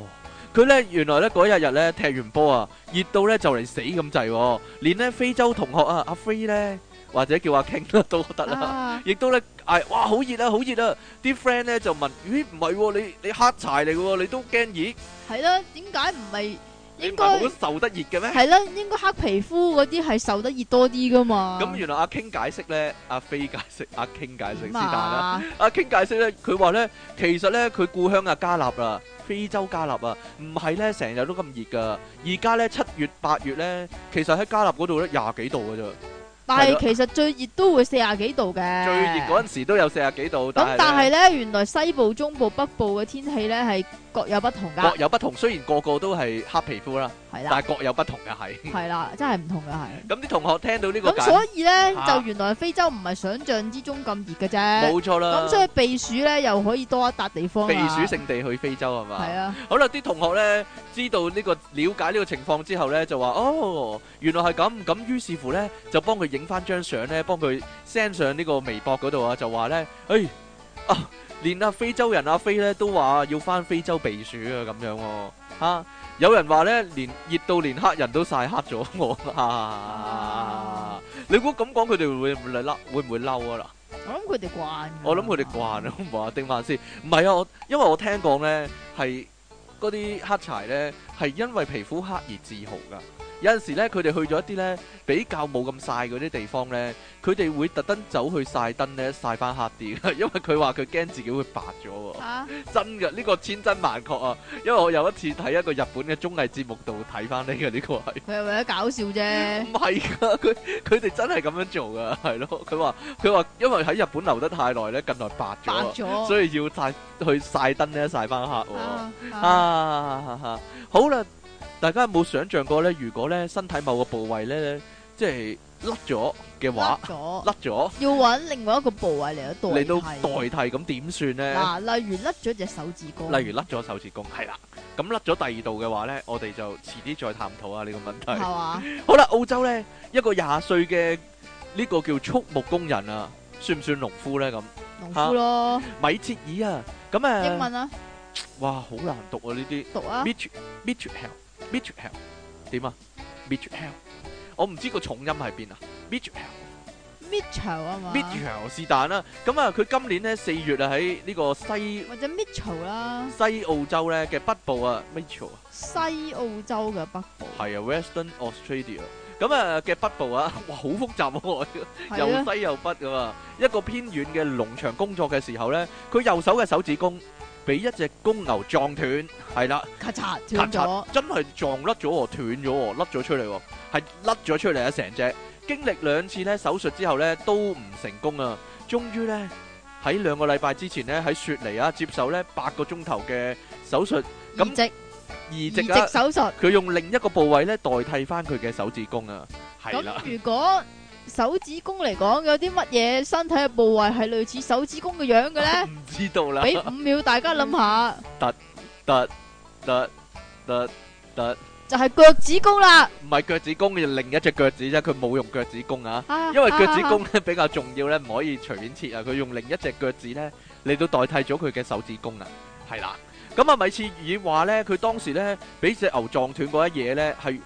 佢咧原來咧嗰一日咧踢完波啊，熱到咧就嚟死咁滯喎，連咧非洲同學啊，阿飛咧或者叫阿傾啦都得啦。
啊，
亦都咧嗌哇好熱啊好熱啊！啲 friend 咧就問：咦唔係喎，你你黑柴嚟嘅喎，你都驚熱？
係啦，點解唔係
你唔
應
係好
該
受得熱嘅咩？
係啦？啊應該黑皮膚嗰啲係受得熱多啲噶嘛？
咁原來阿 King 解釋咧，阿飛解釋，阿 King 解釋是
點
但啦。
啊，
阿 King 解釋咧，佢話咧，其實咧佢故鄉啊加納啊，非洲加納啊，唔係咧成日都咁熱噶。而家咧七月八月咧，其實喺加納嗰度咧廿幾度嘅啫，
但
係啦
係其實最熱都會四廿幾度嘅，
最熱嗰陣時都有四十幾度，
咁
但
但
係
係
呢
咧，原來西部、中部、北部嘅天氣咧係各有不同㗎
各，有不同。雖然個個都係黑皮膚啦，
係啦，
但係各有不同嘅係。
係啦，真係唔同㗎係。
咁啲同學聽到呢個
咁
解，
所以咧，
嚇
就原來非洲唔係想象之中咁熱嘅啫。
冇錯啦
咁。所以避暑咧又可以多一笪地方
避
啦
暑勝地去非洲係嘛？
係啊，
好啦，啲同學咧知道呢、個了解呢個情況之後咧，就話哦，原來係咁，咁於是乎咧就幫佢影翻張相咧，幫佢 send 上呢個微博嗰度啊，就話咧，誒、啊，連啊非洲人阿飛咧都話要翻非洲避暑啊，咁樣喎、啊有人話咧，連熱到連黑人都曬黑咗我啊！你估咁講佢哋會唔會嬲？會唔會嬲啊？
我諗佢哋慣㗎。
我諗佢哋慣啊，話定還是唔係啊？我因為我聽講咧，係嗰啲黑柴咧係因為皮膚黑而自豪噶。有陣時咧，佢哋去咗一啲咧比較冇咁曬嗰啲地方咧，佢哋會特登走去曬燈咧曬翻黑 <laughs> 啲，因為佢話佢驚自己會白咗喎。
嚇
真嘅，呢、個千真萬確啊！因為我有一次睇一個日本嘅綜藝節目度睇翻呢個，呢、個係。
佢係為咗搞
<laughs>
笑啫。
唔係噶，佢佢哋真係咁樣做噶，係咯。佢話佢話，因為喺日本留得太耐咧，近來白咗
白
啊，
咗。
所以要曬去曬燈咧，曬翻黑喎。啊
啊啊
哈哈好啦，大家有冇想象過咧？如果咧身體某個部位咧，即係甩咗嘅話，
甩咗，
甩咗
要揾另外一個部位嚟到代
嚟到代
替。
替，咁點算咧？
嗱，例如甩咗隻手指公，
例如甩咗手指公，係啦。咁甩咗第二度嘅話咧，我哋就遲啲再探討下呢個問題。
係嘛？
好啦，澳洲呢，一個廿歲嘅呢個叫畜牧工人啊，算唔算農夫呢？咁
農夫咯，
米切爾啊，咁啊，
英文啊，
哇，好難讀啊呢啲
讀啊
m，i t c h m i t c h Hell m i t c h Hell 點啊 m i t c h Hell，我唔知個重音喺邊啊 m i t c h à? Hell
Mitchell 啊嘛
m i t c h Hell 是但啦，咁啊佢今年呢，四月啊喺呢個西
或者 Mitchell 啦，
西澳洲呢嘅北部啊 à. Mitchell 啊，
西澳洲嘅北部，
係啊 Western Australia，咁啊嘅北部啊，哇好複雜喎、
係啊，
又西又北噶嘛。一個偏遠嘅農場工作嘅時候呢，佢右手嘅手指公俾一隻公牛撞斷，係啦，
咔嚓
咔嚓
斷咗，
真係撞甩咗喎，斷咗喎，甩咗出嚟喎，係甩咗出嚟啊成隻。經歷兩次呢手術之後呢，都唔成功啊，終於呢，喺兩個禮拜之前呢，喺雪梨啊接受呢八個鐘頭嘅手術咁
移植
移
移
植
植
啊，
手術。
佢用另一個部位呢代替翻佢嘅手指公啊，係啦。
咁如果手指公嚟講，有啲乜嘢身體嘅部位係類似手指公嘅樣嘅咧？
<laughs> 唔知道啦。
俾五秒大家諗下，
得得得得，
就係腳趾公啦。
唔系脚趾公，要另一隻腳趾啫，佢冇用腳趾公啊，
啊
因為腳趾公咧比較重要咧，唔可以隨便切啊，佢用另一隻腳趾咧嚟到代替咗佢嘅手指公啊，係啦。咁啊，米切爾話咧，佢當時咧俾只牛撞斷嗰一嘢咧，係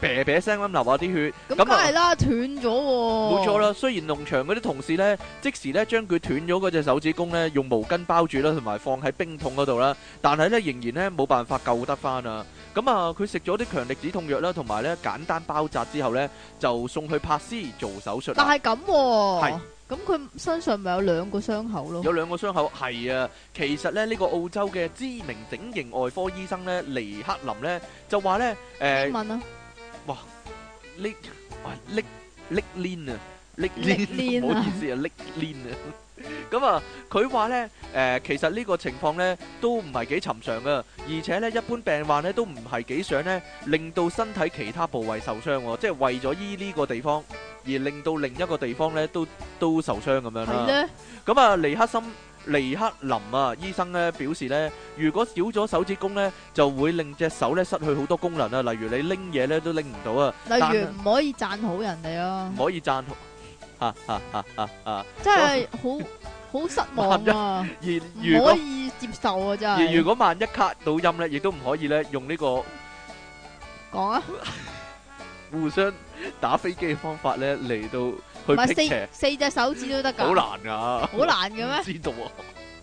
啤啤聲咁流下啲血。
咁
咁啊
梗係啦，斷咗喎。
冇錯啦，雖然農場嗰啲同事呢，即時呢將佢斷咗嗰隻手指公呢，用毛巾包住啦，同埋放喺冰桶嗰度啦，但係呢，仍然呢冇辦法救得翻啊！咁啊，佢食咗啲強力止痛藥啦，同埋呢簡單包紮之後呢，就送去帕斯做手術
但
啦。
係咁
係
喎，咁佢身上咪有兩個傷口咯。
有兩個傷口係啊，其實呢，呢、個澳洲嘅知名整形外科醫生呢，尼克林呢，就話呢。誒、
英文啊，
拎哇拎拎 lin 啊，拎
拎
lin，
鏈
唔好
啊
意思啊，拎 lin 啊。咁啊， <laughs> 佢話咧，誒、其實呢個情況咧都唔係幾尋常噶，而且咧一般病患咧都唔係幾想咧令到身體其他部位受傷喎，即係為咗醫呢個地方而令到另一個地方咧都都受傷咁樣
係
啦。
咧，
咁啊，尼克森。尼克林啊，醫生咧表示咧，如果少咗手指公咧，就會令隻手咧失去好多功能啊，例如你拎嘢咧都拎唔到啊， <laughs>
例如唔可以讚好人哋啊，
唔可以讚好。啊啊啊啊啊！
真係好好失望啊，
而如
唔可
果
以接受啊，真
而如
係。
果萬一卡到音咧，亦都唔可以咧用呢個
講啊，
互相打飛機嘅方法咧嚟
唔
到去辟
係
邪，
四四隻手指都得㗎，
好難噶，
好難嘅
唔
咩？
知道啊。 <laughs>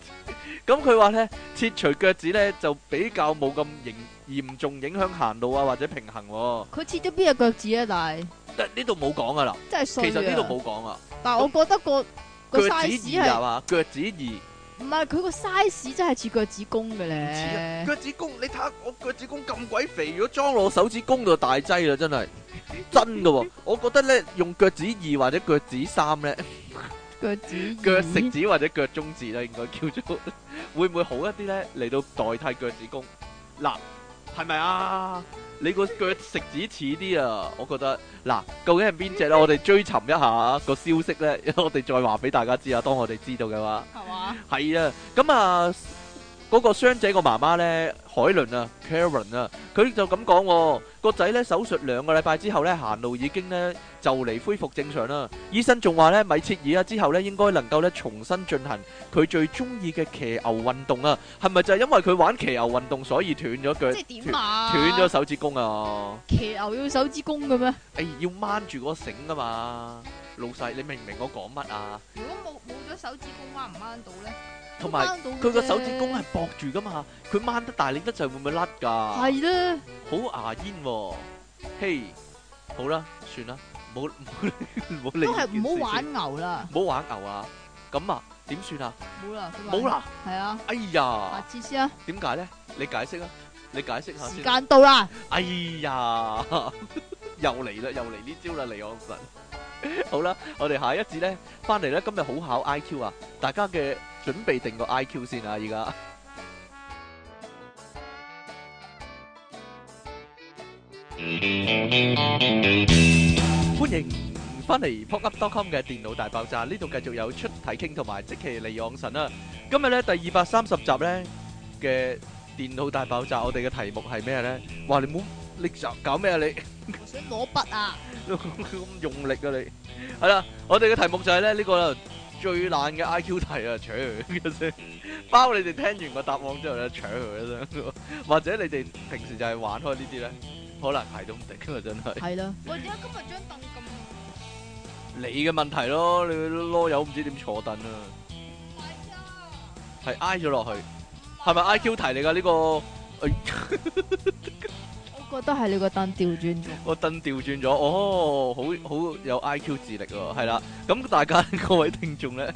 咁佢話咧，切除腳趾咧就比較冇咁嚴嚴重影響行路啊或者平衡喎。
佢切咗邊隻腳趾啊？但係
但呢度冇講噶啦，
真係衰
其實呢度
啊！
冇講啊。
但係我覺得個個
腳趾
size
二係
係
嘛？腳趾二。
唔係佢個 size 真係似腳趾公嘅
唔似啊！
咧？
腳趾公，你睇下我腳趾公咁鬼肥，如果裝落我手指公就大劑啦，
<laughs>
真係 <laughs> 真噶喎！我覺得咧，用腳趾二或者腳趾三咧，
腳趾
腳食指或者腳中指咧，應該叫做 <laughs> 會唔會好一啲咧？嚟到代替腳趾公嗱，係咪啊？你個腳食指似啲啊，我覺得嗱，究竟係邊只咧？我哋追尋一下啊個消息咧， <laughs> 我哋再話俾大家知啊。當我哋知道嘅話。
係嘛？
係啊，咁啊，嗰、個傷者個媽媽呢，海倫啊，Karen 啊，佢就咁講喎，個仔呢，手術兩個禮拜之後呢，行路已經呢，就嚟恢復正常啦。醫生仲話呢，米切爾啊之後呢，應該能夠呢，重新進行佢最中意嘅騎牛運動啊，係咪就係因為佢玩騎牛運動所以斷咗腳
即係點啊？
斷咗手指公啊？哎
騎牛要手指公嘅咩？
誒、要掹住嗰個繩噶嘛，老細，你明唔明我講乜啊？
如果冇冇咗手指公掹唔掹到咧？
同埋
掹到
佢個手指公係駁住噶嘛，佢掹得大力得滯會唔會甩㗎？
系啦，
好牙煙喎，嘿，好啦，算啦，唔好唔好唔好理
都
呢
係
件事先，
唔好玩牛啦，
唔好玩牛啊！咁啊，點算啊？
冇啦，佢話
冇，啦，
系啊，
哎
下
呀，
次先啊，
點解咧？你解釋啊，你解釋下
時
先。
間到啦，
哎 <laughs> 呀，又嚟啦，又嚟呢招啦，離岸 <laughs> 神。好啦，我哋下一節咧，翻嚟咧，今日好考 I Q à. 啊！大家嘅準備定個 I Q à, 先啊，而家。歡迎翻嚟 p o p u p c o m 嘅電腦大爆炸，呢度繼續有出體傾同埋即其離岸神啊！今日咧第二百三十集咧嘅電腦大爆炸，我哋嘅題目係咩咧？哇！你唔好你搞搞咩啊 <laughs> 你？
我想攞筆啊，
咁用力啊你，係啦，我哋嘅題目就係咧呢個最爛嘅 I Q 題啊，扯 <laughs> 佢一聲，包你哋聽完個答案之後咧，扯佢一 <laughs> 聲，或者你哋平時就係玩開呢啲咧，可能係都唔定啊，真係
係啦，喂，點解今日張凳咁
你嘅問題咯，你啰柚唔知點坐凳啊，
快啊？
係挨咗落去，係咪 I Q 題嚟㗎呢個？
我覺得係你個凳調轉咗，
個燈調轉咗，哦，好好有 I.Q. 智力喎，係啦。咁大家 <laughs> 各位聽眾咧，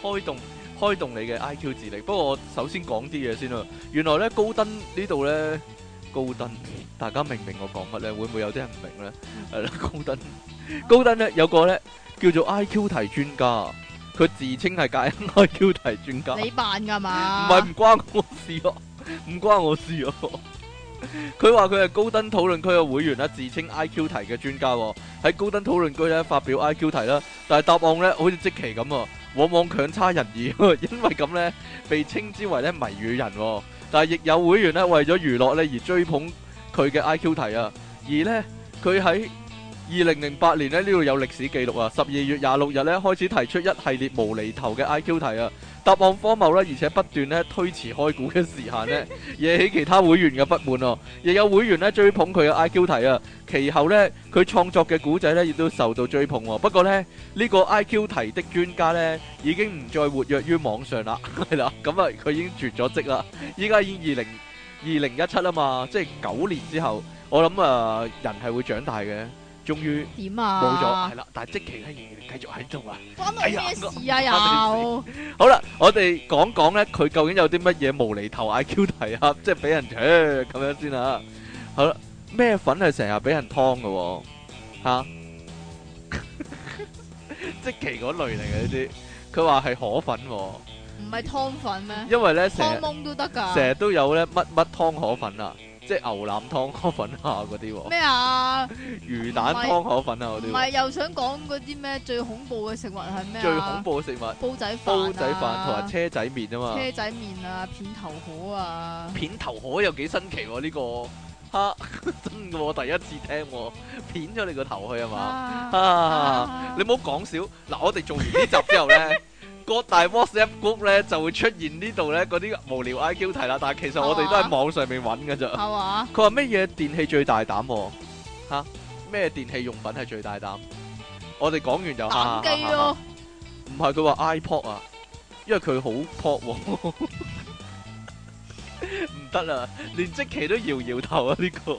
開動開動你嘅 I. Q. 智力。不過我首先講啲嘢先啦。原來咧高登呢度咧高登，大家明唔明我講乜咧？會唔會有啲人唔明咧？係啦， <laughs> 高登高登咧有個咧叫做 I.Q. 題專家，佢自稱係解 <laughs> I.Q. 題專家。
你扮噶嘛？
唔係唔關我事咯， <laughs> 唔關我事咯。 <laughs> 佢話佢係高登討論區嘅會員啦，自稱 I Q 題嘅專家喎，喺高登討論區咧發表 I Q 題啦，但係答案咧好似即期咁啊，往往強差人意， <laughs> 因為咁咧被稱之為咧謎語人、喎。但係亦有會員咧為咗娛樂咧而追捧佢嘅 I Q 題啊，而咧佢喺二零零八年咧呢度有歷史記錄啊，十二月廿六日咧開始提出一系列無厘頭嘅 I Q 題啊。答案荒謬啦，而且不斷咧推遲開估嘅時限咧， <laughs> 惹起其他會員嘅不滿哦。亦有會員咧追捧佢嘅 IQ 題啊。其後咧，佢創作嘅古仔咧亦都受到追捧喎。不過咧，呢、個 IQ 題的專家咧已經唔再活躍於網上啦， <laughs> 係啦，咁啊佢已經絕咗職啦。依家已經二零二零一七啦嘛，即係九年之後，我諗啊人係會長大嘅，終於
點
冇
啊？
咗係啦。但係即期咧仍然繼續喺度啊。
關
哎
我
呀
咩事啊？
關
又
好啦，我哋講講咧，佢究竟有啲乜嘢無厘頭 I Q 題啊？ <laughs> 即係俾人扯咁樣先啦。好啦，咩粉係成日俾人劏嘅喎？吓， <laughs> 即期嗰類嚟嘅呢啲。佢話係河粉喎，
唔係湯粉咩？
因為咧成
湯
日
蒙都得
成
㗎。
日都有咧乜乜湯河粉啊，即係牛腩湯河粉啊嗰啲喎，
咩啊？
魚蛋湯河粉啊嗰
唔
啲喎。
係又想講嗰啲咩最恐怖嘅食物係咩啊
最恐怖嘅食物，
煲仔飯、
煲仔飯同埋車仔麵啊嘛。
車仔麵啊、片頭河啊，
片頭河又幾新奇喎、呢、個嚇 <laughs> 真嘅喎，第一次聽喎、片咗你個頭去係嘛？
啊
啊！
啊
你唔好講少嗱，我哋做完呢集之後
<laughs>
咧，各大 WhatsApp group 咧就會出現呢度咧嗰啲無聊 IQ 題啦，但係其實我哋都
係嘛
喺網上面揾嘅咋。
係嘛？
佢話咩嘢電器最大膽喎、嚇咩電器用品係最大膽？我哋講完就
膽機，
哈哈哈
咯
哈，唔係佢話 iPod 啊，因為佢好 pop 喎、唔得啦，連即期都搖搖頭啊！呢、個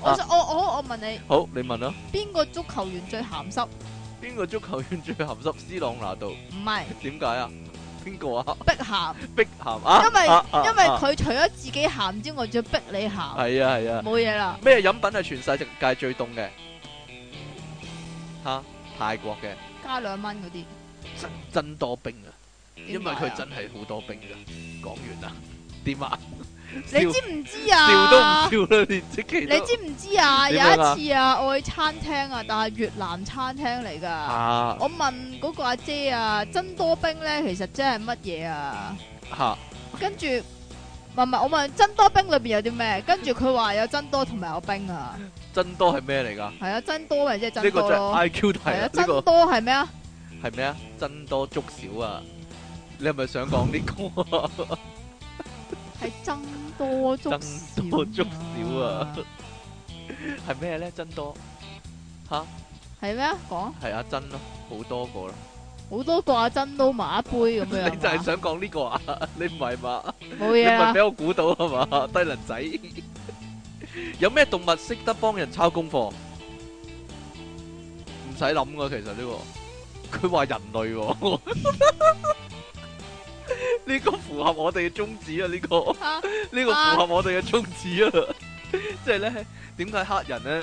我想我我我問你，
好，你問啦，
邊個足球員最鹹濕？
邊個足球員最鹹濕？斯朗拿度
唔係
點解啊？邊個啊？ <laughs>
逼鹹，
碧咸啊？
因為
啊啊
因為
啊
佢除咗自己鹹之外，仲要逼你鹹，
係啊係啊，
冇嘢啦。
咩飲品係全世界最凍嘅？吓，泰國嘅
加兩蚊嗰啲，
真真多冰啊！因為
點解
佢
啊
真係好多冰噶。講完啦，點啊？
你知唔知啊？
笑都唔笑啦，連即期
你
都
知唔知啊？有
點樣啊
一次啊，我去餐廳啊，但係越南餐廳嚟噶。
啊
我問嗰個阿姐啊，珍多冰咧其實即係乜嘢啊？
吓
跟住唔係唔係，我問珍多冰裏邊有啲咩？跟住佢話有珍多同埋有冰啊，
真多係咩嚟㗎？
係啊，珍多咪即係
呢
珍
個
多
真係
咯，
IQ 題啊！
係啊，
呢
珍
個
多係咩啊？
係咩啊？真多粥少啊！你係咪想講呢個 <laughs> 啊？
係增多粥少，啊
僧多粥少啊，係咩咧？真多
係咩啊？講
係阿珍咯，好多個咯。
好多個阿珍都埋一杯咁
你
樣，
<laughs> 就係想講呢個啊？ <laughs> 你唔係嘛？
冇
你
嘢啊
咪
啦。
俾我估到係嘛？ <laughs> 低能仔，有咩動物識得幫人抄功課？唔使諗噶，其實呢個 <laughs> 佢話人類喎， <laughs> 呢個符合我哋嘅宗旨啊！呢個
啊
<laughs> 呢個符合我哋嘅宗旨啊！ <laughs> 即係咧，點解黑人
<laughs>
咧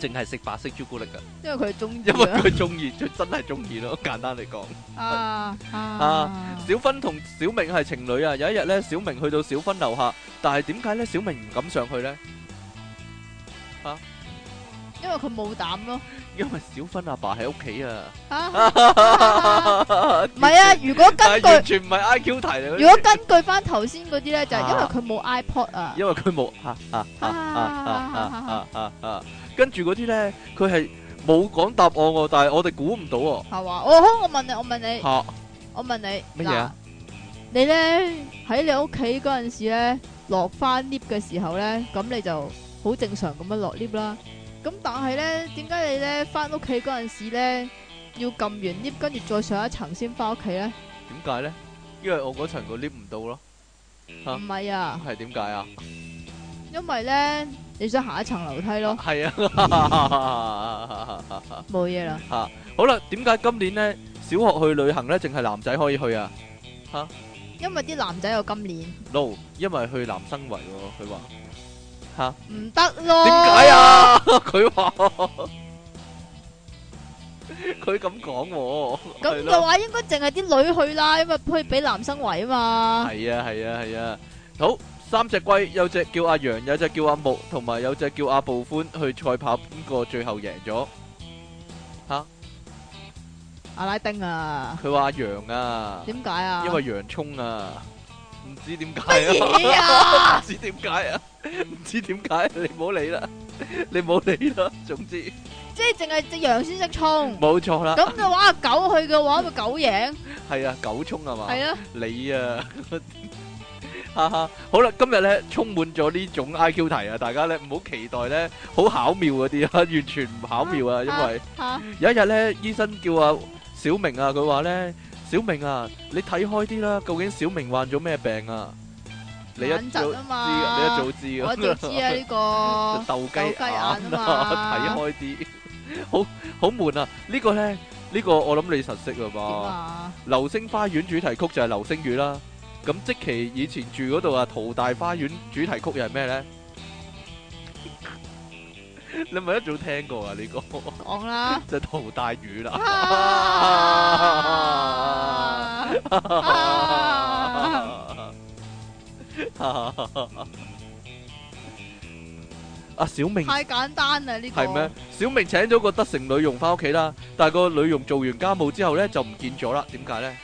淨係食白色朱古力噶？
因為佢中意
因為佢中意，佢真係中意咯。簡單嚟講。
啊啊
啊小芬同小明係情侶啊！有一日咧，小明去到小芬樓下，但係點解咧小明唔敢上去咧？
因為佢冇膽咯。
因為小芬阿爸喺屋企啊！
啊 <laughs> <laughs> 唔係啊，如果
但
根
係完
據
全唔係 I Q 題嚟嗰啲，
如果根據翻頭先嗰啲咧，就係因為佢冇 iPod 啊。
因為佢冇啊啊啊啊啊啊啊啊！跟住嗰啲咧，佢係冇講答案喎，但係我哋估唔到喎。
係嘛？我好，我問你，我問你，
嚇
我問你，
乜嘢啊
嗱，你咧喺你屋企嗰陣時咧，落翻 lift 嘅時候咧，咁你就好正常咁樣落 lift 啦。咁但係咧，點解你咧翻屋企嗰陣時咧，要撳完 lift 跟住再上一層先翻屋企咧？
點解咧？因為我嗰層個 lift 唔到咯，啊
唔係啊，
係點解啊？
因為咧你想下一層樓梯咯，
係啊。
冇嘢啦。
<laughs> 好啦，點解今年咧小學去旅行咧，淨係男仔可以去啊
因為啲男仔有今年
？No，因為去男生圍喎，佢話
唔得咯。
點解？啊？ <laughs> 佢話佢咁講喎，
咁
係
嘅
咯，
話應該淨係啲女去啦，因為可以俾男生圍啊嘛。
係啊，係啊，係啊。好，三隻龜，有隻叫阿楊，有隻叫阿木，同埋有隻叫阿暴歡去賽跑，邊個最後贏咗？
阿拉丁啊，
佢話阿楊啊，
點解啊？
因為洋葱啊，唔知點解啊。
乜嘢啊？
唔知點解啊？唔知點解？你唔好理啦，你唔好理啦。總之
即係淨係只羊先識
<laughs>
衝。
冇錯啦，
咁嘅話，狗去嘅話咪狗贏，
係啊，九衝係嘛？
係啊，
你 <laughs> 啊，哈哈。好啦，今日咧充滿咗呢種 I Q à, 題啊，大家咧唔好期待咧好巧妙嗰 <laughs> 啲啊，完全唔巧妙啊，因為
吓
有一日咧，醫生叫啊小明啊，佢話咧小明啊，你睇開啲啦，究竟小明患咗咩病啊？你一
眼疾
早知
啊
啊，
嘛，
你一早知啊，
我就知
<laughs>
啊呢個。
鬥雞眼啊，
鬥雞眼
睇 <laughs>
啊嘛
開啲，好好悶啊！呢個咧，呢個我諗你實識啦嘛。
點啊？
流星花園主題曲就係流星雨啦。咁即其以前住嗰度啊，淘大花園主題曲又係咩咧？ <laughs> 你咪一早聽過啊？呢個
講
<laughs>
啦。
就係淘大雨啦。 <laughs>
啊
阿小明。
太簡單啦呢個。
係咩？？小明請咗個德城女佣翻屋企啦，但係個女佣做完家務之後咧就唔見咗啦。點解咧？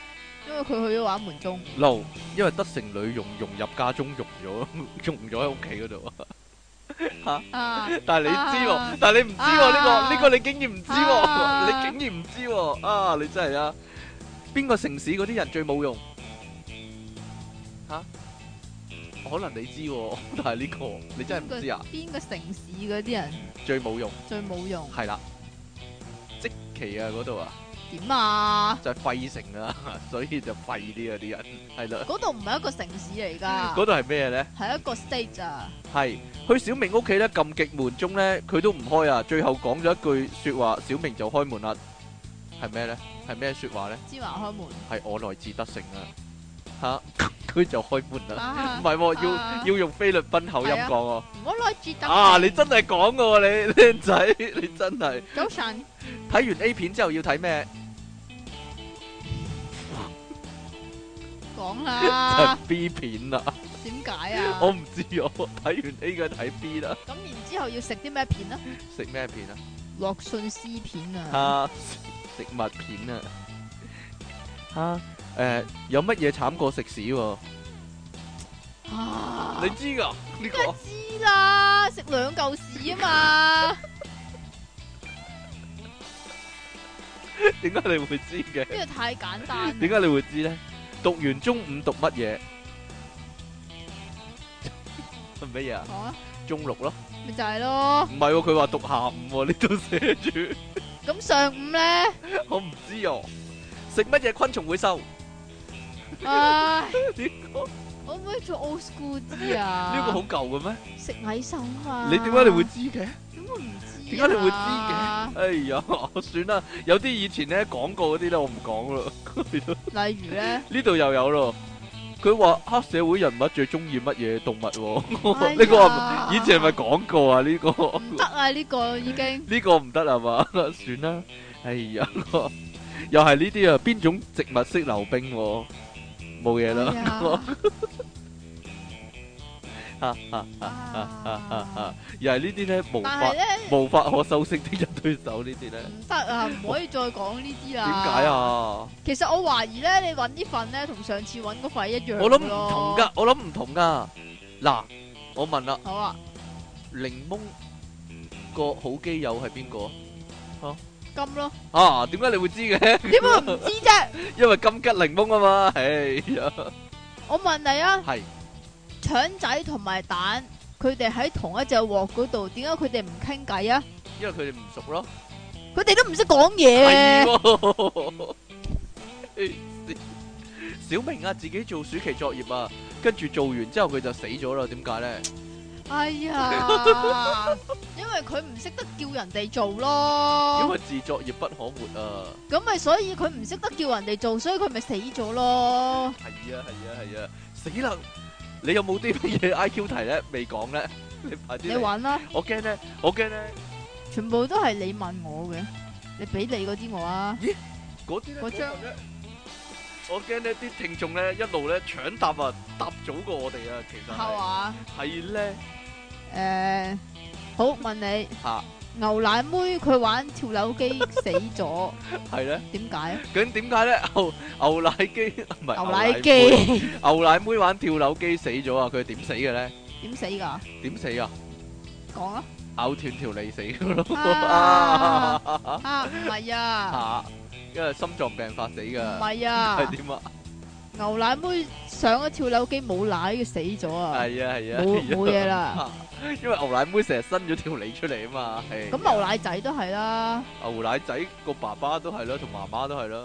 因為佢去咗玩門鐘，
路，因為德城女佣融入家中融咗，融咗喺屋企嗰度。
啊，
但係你知喎
啊，
但係你唔知喎，呢
啊
個呢個你竟然唔知
啊
喎，你竟然唔知喎，啊！你真係啊，邊個城市嗰啲人最冇用？吓？可能你知喎， <laughs> 但係呢個你真係唔知啊，
邊個城市嗰啲人
最冇用
最冇用？
係啦，即期啊嗰度啊。
點啊？
就係廢城啊， <laughs> 所以就廢啲啊啲人，係啦。
嗰度唔係一個城市嚟㗎，
嗰度係咩咧？
係一個 state 啊！
係去小明屋企咧，撳極門鐘咧，佢都唔開啊。最後講咗一句説話，小明就開門啦。係咩咧？係咩説話咧？
芝麻開門
<laughs> 係我來自德城啊！嚇， <laughs> 佢就開門啦。唔
啊！
係喎，
啊
要要用菲律賓口音
係啊
講
唔好攞住
喎。
等
啊，你真係講嘅喎，你 <laughs> 僆仔，你真係。
早晨
睇完 A 片之後要睇咩？
講
就係
啦，啊
<laughs> B 片啦。
點解啊？
我唔知我睇完 A 嘅睇 B 啦，
咁然之後要食啲咩片啊？
食咩片啊？
樂信絲片啊，
啊，食物片啊，啊，诶，有乜嘢慘過食屎喎？
啊 Ờ.
你，知噶呢 <laughs>
梗係
個？
知啦，食兩嚿屎啊嘛，
點解你會知嘅？
呢個太簡單啦。
點解你會知咧？讀完中午讀乜嘢？係乜嘢啊？
啊？
中六咯，
咪就係咯，
唔係喎，佢話讀下午喎，呢度寫住，
咁上午咧，
我唔知哦。食乜嘢昆蟲會瘦？
唉，
呢個
可唔可以做 old school à? 啲啊？
呢個好舊嘅咩？
食矮手啊！
你點解你會知嘅？
咁我唔知
點解你
à?
會知嘅？哎呀，算啦，有啲以前咧廣告嗰啲咧，我唔講咯。
嘅？例如咧，
呢度又有咯。佢話黑社會人物最中意乜嘢動物
哎
喎？
呀
<laughs> 呢個以前係咪講過啊？呢個
唔得啊！呢個已經
呢個唔得係嘛？ <laughs> 算啦。哎呀， <laughs> 又係呢啲啊？邊種植物識溜冰喎？冇嘢啦。
啦。
哈哈哈 <laughs> 哈哈
À.
哈又係呢啲咧無
但係
法
咧
無法可修飾的一對手呢啲咧。
唔得啊，唔可以再講呢啲
點
啦。
解？啊？
其實我懷疑咧，你揾呢份咧同上次揾嗰份一樣。
我諗唔同。噶，我諗唔同噶。嗱，我問啦，
好啊，
檸檬個好基友係邊個啊？
金咯，
啊，點解你會知嘅？
點會唔知啫？
因為金吉檸檬啊嘛，唉呀，
我問你啊，
係
腸仔同埋蛋，佢哋喺同一隻鑊嗰度，點解佢哋唔傾偈啊？
因為佢哋唔熟咯，
佢哋都唔識講嘢
係。喎。 <laughs> 小明啊，自己做暑期作業啊，跟住做完之後佢就死咗啦，點解咧？
哎
<laughs>
呀，因為佢唔識得叫人哋做咯
因。為自作業不可活啊。
咁咪所以佢唔識得叫人哋做，所以佢咪死咗咯。
係啊係啊係啊，死啦！你有冇啲乜嘢 I Q 題咧？未講咧，你快
你
啲嚟。
揾啦，
我驚咧，我驚咧。
全部都係你問我嘅，你俾你嗰啲我啊。
嗰啲咧，嗰
嗰張
份咧，我驚呢啲聽眾咧一路咧搶答啊，答早過我哋啊，其實
係
係
嘛？
係咧
誒，好問你
嚇，
牛奶妹佢玩跳樓機死咗，
係咧，
點解？啊
<laughs> 究竟點解咧？牛牛奶機唔係
牛奶
妹
機
牛奶妹玩跳樓機死咗啊！佢係點死嘅咧？
點死㗎？
點死啊？
講啦。
咬斷條脷死嘅咯 <laughs>
啊
啊
啊，唔係啊，
嚇！因為心臟病發死
唔
㗎，
係啊
係，點啊？
牛奶妹上咗跳樓機冇奶嘅死咗啊，
係啊係啊，
冇冇嘢啦。
<laughs> 因為牛奶妹成日伸咗條脷出嚟啊嘛，係
咁牛奶仔都係啦，
牛奶仔個爸爸都係啦，同媽媽都係啦，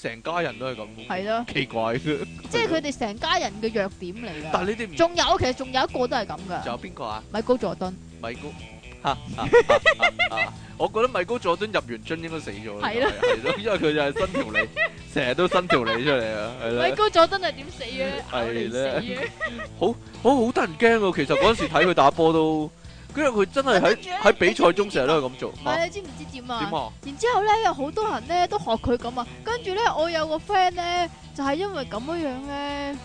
成家人都係咁。
係咯，
奇
<laughs>
怪嘅。
即係佢哋成家人嘅弱點嚟㗎
但。係你哋唔仲
仲有，其實仲有一個都係咁噶，
有邊個啊？
米高佐敦
米高。哈哈哈哈 <laughs> 我覺得米高佐敦入完樽應該死咗啦。
係咯
係咯， <laughs> 因為佢就係伸條脷，成日都伸條脷出嚟啊。係啦。
高佐敦係點死嘅
係咧咬嚟死
嘅。
我好得人驚喎，其實嗰陣時睇佢打波都，因為佢真係喺喺比賽中成日都係 <laughs> 咁做。
唔
嚇
係你知唔知點
點
啊？
啊？
然之後咧，有好多人咧都學佢咁啊。跟住咧，我有個 friend 咧就係因為咁樣樣咧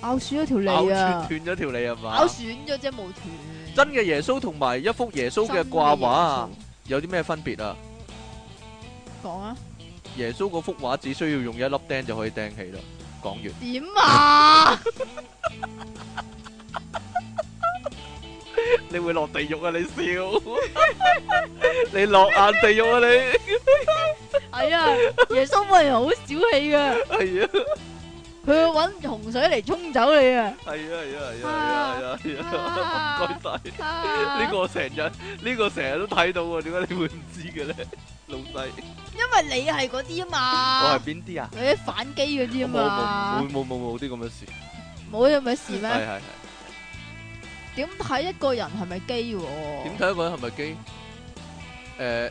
咬損咗條
咬
脷啊
斷，咗條脷係嘛？
咬損咗啫冇斷。
真嘅耶穌同埋一幅耶穌嘅掛畫啊，有啲咩分別啊？
講啊？
耶穌嗰幅畫只需要用一粒釘就可以釘起啦。講完，
點啊？
你會落地獄啊！你笑， <laughs> 你落硬地獄啊！你
係啊，耶穌本人好小氣噶，
係啊，
佢會揾洪水嚟沖走你啊！
係啊，係啊，係啊，係啊，係啊，唔該晒。
À, 啊
呢個我成日，呢個成日都睇到喎，點解你會唔知嘅咧，老細？
因為你係嗰啲啊嘛。
我係邊啲啊？
你啲反機嗰啲
我
啊
冇
嘛，
冇冇冇冇冇啲咁嘅事，
冇咁嘅事
係
咩？
係係。
點睇一個人係咪機喎？
點睇一個人係咪基？誒，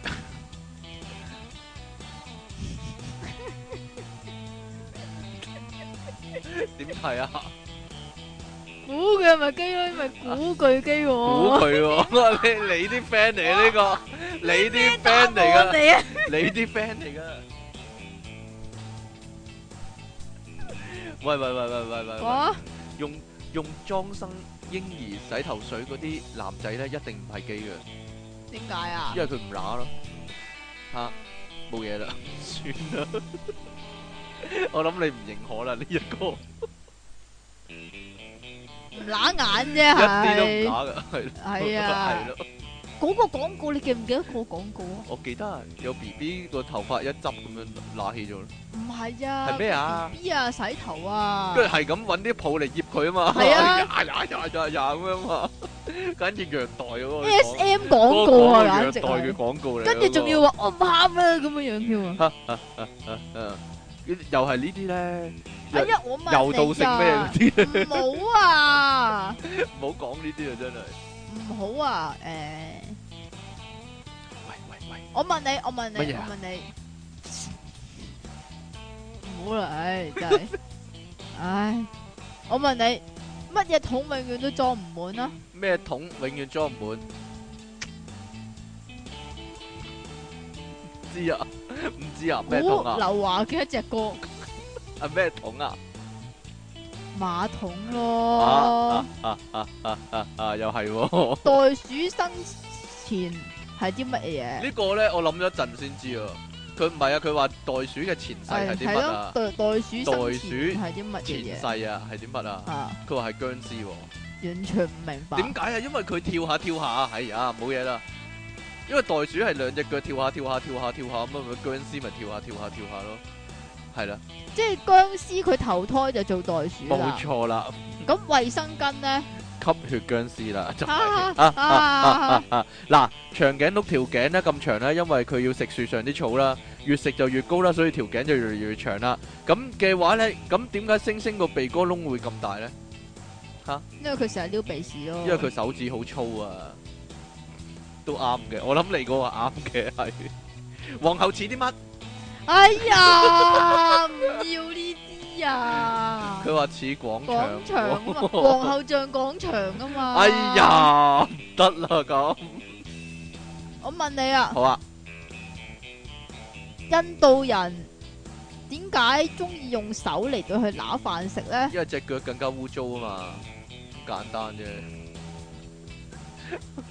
點睇啊？
估佢係咪機咯？因為估佢機
估
喎。
佢喎，你你啲 friend 嚟嘅呢個，你啲
答
friend 嚟
案
噶，
嚟啊！
你啲 friend 嚟噶。喂喂喂喂喂喂喂！
哇，
用用裝生嬰兒洗頭水嗰啲男仔咧，一定唔係基嘅。
点解啊
因？為佢唔乸咯，吓冇嘢 <laughs> 啦，算啦。我諗你唔認可啦呢一個，
唔揦
一啲都唔
眼啫，
乸噶，係
係係啊
係咯。
嗰個廣告你記唔記得嗰個廣告啊？
我記得有 B B 個頭髮一執咁樣乸起咗咯，
唔係啊，
係咩啊
？B 啊，洗頭啊，
跟住係咁揾啲抱嚟醃佢啊嘛，
係啊
呀呀呀呀呀咁樣嘛，簡直虐待嗰個
S
廣
M 廣告啊，
嗰個
簡
虐
直
待
係
嘅廣告嚟。
跟住仲要話我唔喊啦咁樣樣添啊！
嗰個，啊又係呢啲咧，
哎呀，我問
柔道
你
性咩
咋
嗰？啲，
唔好啊，
唔好講呢啲啊真係。
唔好啊，誒，
喂喂喂！
我問你，我問你，
乜嘢
我
啊
問你，唔好啦，唉，真係，唉，我問你，乜嘢桶永遠都裝唔滿啊？
咩桶永遠裝唔滿？知啊，唔知啊，咩桶
古
啊？
劉華嘅一隻歌，
啊咩桶啊？
馬桶
啊
咯
啊，啊啊啊啊啊！又係喎，
袋鼠生前係啲乜嘢？
呢個咧我諗咗一陣先知啊。佢唔係啊，佢話袋鼠嘅前世係啲
係
乜
咯，
啊？
袋袋鼠
袋
生
鼠
前係啲乜
前
嘢嘢？
世啊，係啲乜啊？
啊，
佢話係僵屍喎。
完全唔明白。
點解啊？因為佢跳下跳下，哎呀，冇嘢啦。因為袋鼠係兩隻腳跳下跳下跳下跳下咁啊，僵屍咪跳下跳下跳下咯，係啦，
即係僵屍佢投胎就做袋鼠
冇
啦。
錯啦。
咁衛生巾咧，
吸血僵屍啦，就係
啊
啊啊
啊
啊啊！ <laughs> 嗱，長頸鹿條頸咧咁長咧，因為佢要食樹上啲草啦，越食就越高啦，所以條頸就越嚟越長啦。咁嘅話咧，咁點解星星個鼻哥窿會咁大咧？
因為佢成日撩鼻屎咯。
因為佢手指好粗啊，都啱嘅。我諗你嗰個啱嘅係皇后似啲乜？
哎呀，唔要呢啲啊！
佢話似廣
廣場啊
場。 <laughs>
嘛，皇后像廣場啊嘛。
哎！呀，唔得啦咁，
我問你啊，
好啊，
印度人點解中意用手嚟到去揦飯食咧？
因為隻腳更加污糟啊嘛，簡單啫。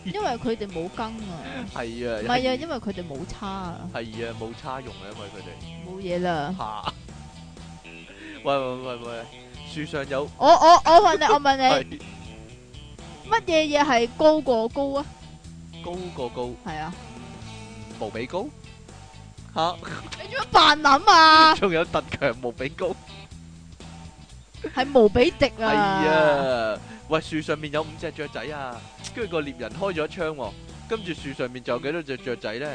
因為佢哋冇羹啊。
<laughs> 係啊，
唔係啊，因為佢哋冇叉啊，
係啊，冇差用啊，因為佢
冇嘢啦
哋。嚇。喂喂喂喂，樹上有
我我我
<laughs>
問你，我問
係
你，乜嘢嘢係高過高啊？
高過高，
係啊。
無比高嚇，
你做乜扮諗
<laughs>
<laughs> 啊？
仲有特強無比高，
系无比迪
係
啊！
啊。喂，樹上面有五隻雀仔啊，跟住個獵人開咗槍喎，跟住樹上面仲有幾多隻雀仔咧？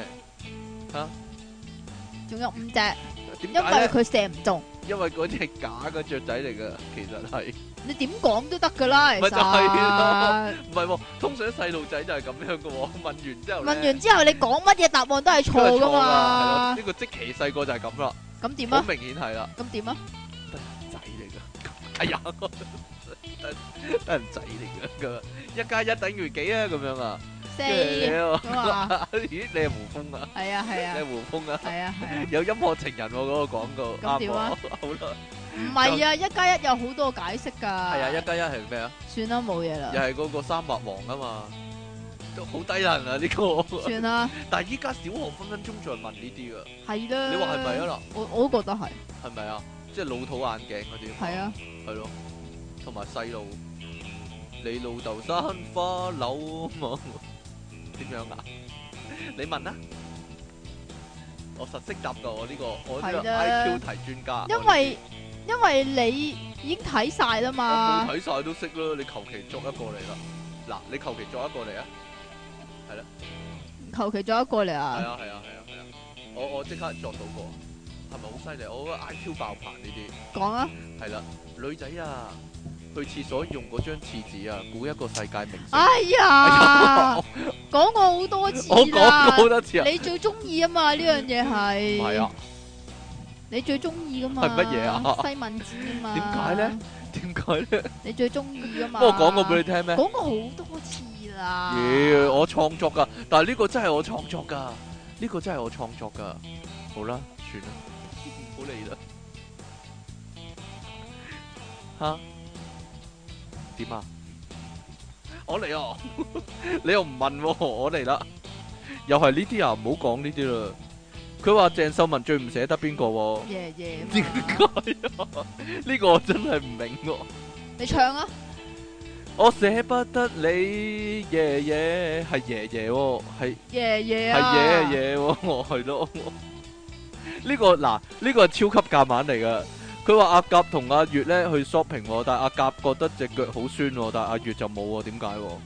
仲有五隻，
點
因
解
為
咧？
佢射唔中，
因為嗰啲係假嘅雀仔嚟㗎，其實係。
你點講都得噶啦，其
咪就係咯
實。
唔係喎，通常細路仔就係咁樣嘅喎，問完之後
問
咧
完之後，你講乜嘢答案都係
都係
錯噶
㗎係咯
嘛？
呢個即期細個就係咁啦。
咁點
好
啊？
明顯係啦，
咁點啊？
仔嚟噶， <laughs> 哎呀，得得人仔嚟噶，咁樣啊一加一等於幾啊？咁樣啊，
四
跟住
咁啊？
你 <laughs> 咦，你係胡風啊？
係啊係
你
啊
係胡風啊？
係啊係啊！
有音樂情人喎嗰個廣告，
咁
啱
點
喎。
啊
<laughs> 好啦，
唔係啊，一加一有好多解釋㗎。係
係啊，一加一係咩啊？
算啦，冇嘢
又
啦，
係嗰個三畫王啊嘛，都好低能啊呢個。
算啦，
<laughs> 但係依家小學分分鐘仲係問呢啲噶，
係啦。
你話係咪啊？啦？
我我都覺得係，
係咪啊？即係老土眼鏡嗰啲。
係啊，
係咯，同埋細路，你老豆生花柳冇 <laughs> 點樣啊？你問啊！我實識答噶，我呢、個我呢個
係啦
I Q 題專家，
因為因為你已經睇晒
我
啦
呢啲我
嘛
冇。睇晒都識啦，你求其作一個嚟啦。嗱，你求其作一個嚟啊！
求其再一個嚟
係
啊！
啊係啊係啊係啊！我我即刻作到個，係咪好犀利？我 I Q 爆棚呢啲。
講啊！
係啦，女仔啊，去廁所用嗰張廁紙啊，估一個世界明星。
哎呀，講過好多次
<laughs> 我講過
啦
好，多次啊，
你最中意啊嘛？呢樣嘢
唔
係，
係啊，
你最中意噶嘛？
係乜嘢啊
西文字啊嘛？
點解咧？點解咧？
你最中意啊噶嘛？
<laughs> 不過講過俾你聽咩？
講過好多次啦。
<laughs> 咦，我創作噶，但係呢個真係我創作噶，呢個真係我創作噶。好啦，算啦，唔好理啦。點啊？我嚟啊！你又唔問喎，我嚟啦。又係呢啲啊，唔好講呢啲啦。佢話鄭秀文最唔捨得邊個喎？
耶耶，
點解啊？呢個我真係唔明喎。
你唱啊，
我捨不得你，爺爺係爺爺喎，係
耶耶啊，
係爺爺喎，我係咯。呢個嗱，呢個係超級夾硬嚟噶。佢話阿甲同阿月咧去 shopping，喎但係阿甲覺得隻腳好酸，喎，但係阿月就冇喎，點解喎？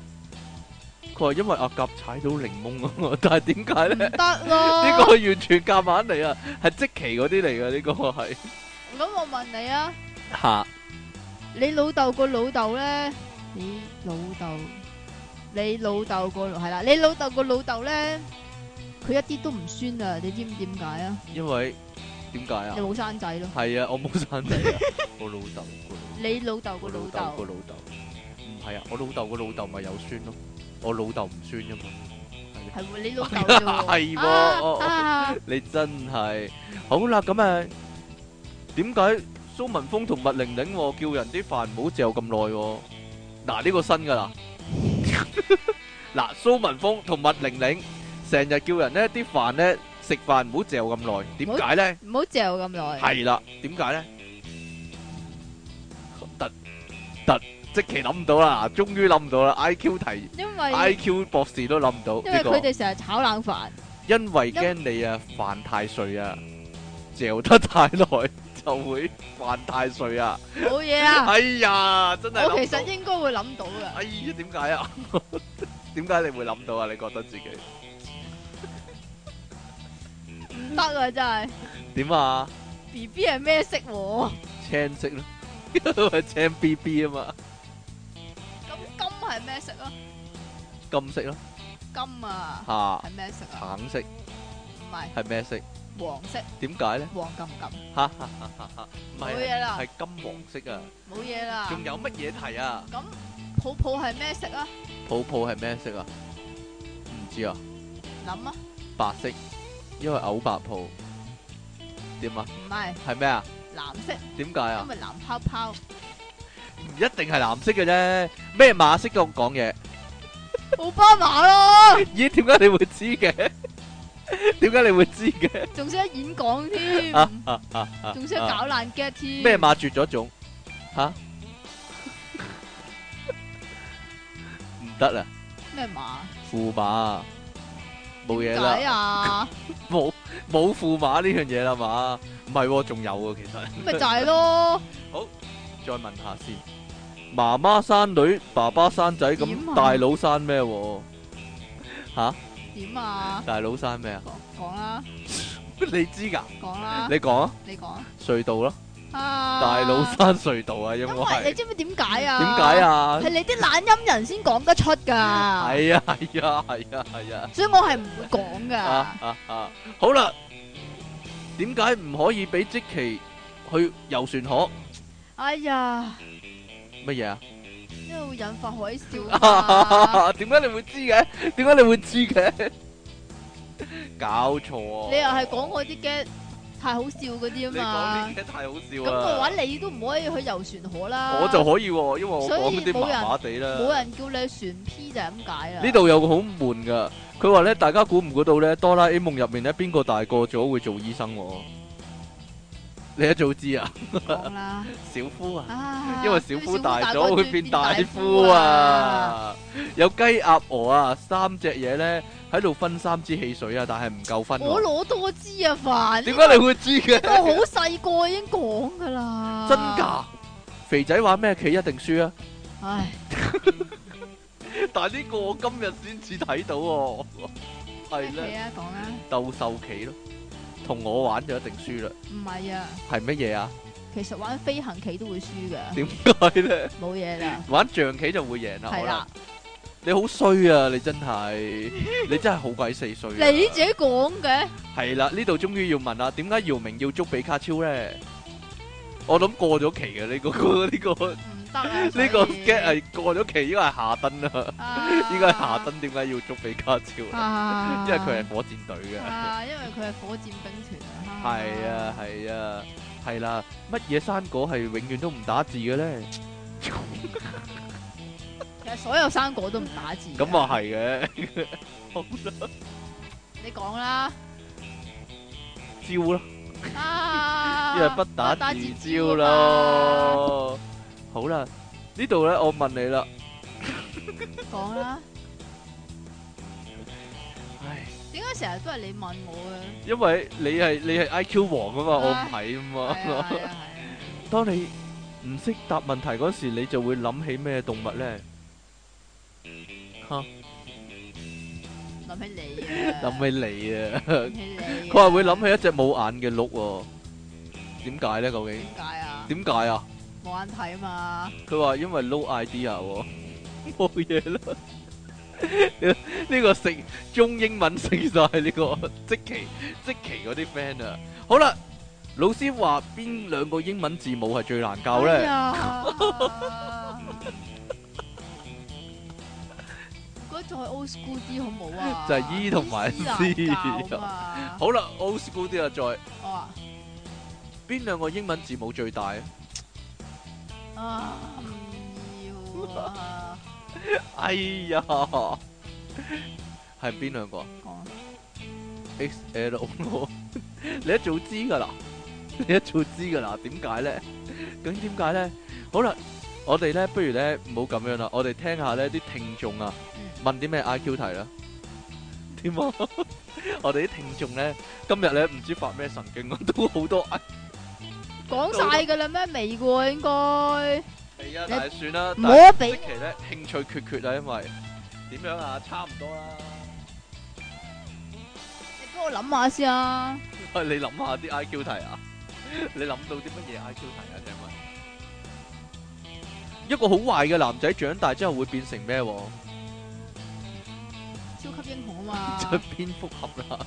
佢話因為阿甲踩到檸檬啊， <laughs> 但係點解
唔
咧？
得咯。
<laughs> 呢個完全夾硬嚟啊，係即期嗰啲嚟噶，呢個係
咁我問你啊，
嚇
你老豆個老豆咧，你老豆，你老豆個係啦，你老豆個老豆咧，佢一啲都唔酸啊！你知唔知點解啊？
因為點解啊
你？冇生仔咯，
係啊，我冇生仔啊，我老豆個老
你老豆個
我
老
老豆個
豆
老豆，唔係啊，我老豆個老豆咪有酸咯，我老豆唔酸噶嘛，
係喎，你老
<laughs>
豆啫喎
係喎哦
啊啊
你真係好啦，咁啊，點解蘇文峰同麥玲玲喎叫人啲飯唔好嚼咁耐喎？嗱呢個新噶啦， <laughs> 嗱蘇文峰同麥玲玲成日叫人咧啲飯咧食飯唔好嚼咁耐，點解咧？
唔好嚼咁耐，
係啦，點解咧？突突即期諗唔到啦，終於諗唔到啦！IQ 題
因為
IQ 博士都諗唔到
因為
呢
佢
個，
哋成日
<laughs>
炒冷飯，
因為驚你啊犯太歲啊，嚼得太耐 <laughs> 就會犯太歲啊！
冇嘢啊！
哎呀，真係
我
諗
其
唔到
實應該會諗到噶。
哎呀，點解啊？ <laughs> 點解你會諗到啊？你覺得自己
唔得啊！真係
點啊？
B B 係咩色喎？
青色咯， <laughs> 青 B B 啊嘛，
咁金係咩色啊？
金色咯，
金啊
嚇
係咩色啊？
橙色 <laughs>
唔係
係咩色？
黃色，
點解咧？
黃金金。
唔
冇
係
嘢
啊，
啦
係金黃色啊！
冇嘢啦。
仲有乜嘢題啊？
咁泡泡係咩色啊？
泡泡係咩色啊？唔知啊，
諗啊，
白色，因為嘔白泡。點啊？
唔係
係咩啊？
藍色，
點解啊
因？為藍泡泡。
唔一定係藍色嘅啫。咩馬色咁講嘢？
奧巴馬咯，
<laughs> 咦？點解你會知嘅？ <laughs> 點解你會知嘅？
仲識得演講添，
À.
仲識得搞爛 get 添。
咩？馬絕咗種？吓？唔得啦，
咩馬？
駙馬冇嘢啦
解。啊？
冇冇驸馬呢樣嘢啦嘛？唔係喎，仲有喎，其實。
咪就係咯，
再問下先，媽媽生女，爸爸生仔，
點
咁
啊
大佬生咩喎？
點啊？
大佬生咩啊？
講講啦，
你知㗎？
講啦，
你講啊，
你講
隧道啦，
啊！
大佬生隧道啊，因
因
為
為你
點
知唔知點解啊？
解？啊？
係你啲懶音人先講得出
係
㗎，
啊係啊係啊係啊
所以我係唔會講
啊
㗎。
啊啊！好啦，點解唔可以俾即奇去遊船河
哎呀，
乜嘢啊？
因為會引發海嘯嘛
點解你會知嘅？點解你會知
<laughs>
嘅？搞錯啊！
你又係講我啲 get 太好笑嗰啲啊
你講呢
嘛，
啲太好
咁
笑
嘅
啦
話！你都唔可以去遊船河啦。
我就可以喎，因為我
啊所以
講啲
冇人
麻麻地
冇
啦。
人叫你船 P 就係咁解啦。
呢度有個好悶噶，佢話咧，大家估唔估到咧？哆啦 A 夢入面咧，邊個大個咗會做醫生喎？你一早知啊，
講啦，
小夫啊，
啊
<laughs> 因為小夫大咗會變大夫
夫！
啊。有雞鴨鵝啊，三隻嘢咧喺度分三支汽水啊，但係唔夠分喎。
我攞多支啊，
<laughs>
凡
點解你會知嘅？
我好細個已經講㗎啦。
真？噶？肥仔玩咩棋一定輸啊！
唉，
但係呢個我今日先至睇到喎，係
你
咧
啊，講啦，
鬥獸棋咯，同我玩就一定輸
<laughs>
啦。
唔係啊，
係乜嘢啊？
其實玩飛行棋都會輸㗎，
點解咧？
冇嘢啦，
玩象棋就會贏啦。
係啦，
可能，你好衰啊！你真係，你真係好鬼四衰啊。
你自己講嘅。
係啦，呢度終於要問啦，點解姚明要捉比卡超咧？我諗過咗期嘅呢個 <laughs> 呢個
唔得啊！
<laughs> 呢個
所以
get 係過咗期，應該係夏登啦，
啊
應該係夏登點解要捉比卡
<laughs>
超啊？
啊，
因為佢係火箭隊嘅。
啊，因為佢係火箭兵 <laughs> 團啊，
係啊，係啊，係啦，乜嘢生果係永遠都唔打字嘅咧？
但係所有生果都唔打字。
咁，啊係嘅，
你
<laughs>
講啦。
招啦，
啊，
因為不打
不打
自
自
招
招啊
咯。好啦，呢度咧我問你啦，
講啦。
唉，
點解成日都係你問我嘅？
因為你係你係 I Q 王啊嘛，我唔係啊
係啊
嘛。
係啊係啊
當你唔識答問題嗰時，你就會諗起咩動物咧？
諗起你啊，
諗起你啊！
諗起你啊。
佢話會諗起一隻冇眼嘅鹿喎，點解咧？究
點解啊？
竟點解啊？
冇眼睇啊嘛，
佢話因為 low idea <laughs> 喎，冇嘢啦。呢個食中英文食晒呢個即期即期嗰啲 friend 啊。好啦，老師話邊兩個英文字母係最難教 <laughs>
哎
咧？
呀唔該再 old school 啲好冇啊？
就係 E 同埋 C
難教嘛。
好啦，old school 啲啊，
我話
再邊兩個英文字母最大啊？
啊唔要啊，
哎呀，係邊兩個啊
講
？X E, L <laughs> 咯，你一早知 <laughs> 噶啦，你一早知噶啦，點解咧？咁點解咧？好啦，我哋咧，不如咧唔好咁樣啦，我哋聽下咧啲聽眾啊，
嗯
問啲咩 I Q 題 <laughs> 啦。點啊？我哋啲聽眾咧，今日咧唔知發咩神經啊，都好多
講晒㗎啦咩？未過應該，
係啊，但係算啦，
唔
但係
好
即
俾
期咧興趣缺缺啊，因為點樣啊？差唔多啦。
你幫我諗下先啊。
喂，你諗下啲 IQ 題啊？你諗到啲乜嘢 IQ 題啊？請問一個好壞嘅男仔長大之後會變成咩喎？
超級英雄啊
就係
嘛，
蝙蝠俠啦。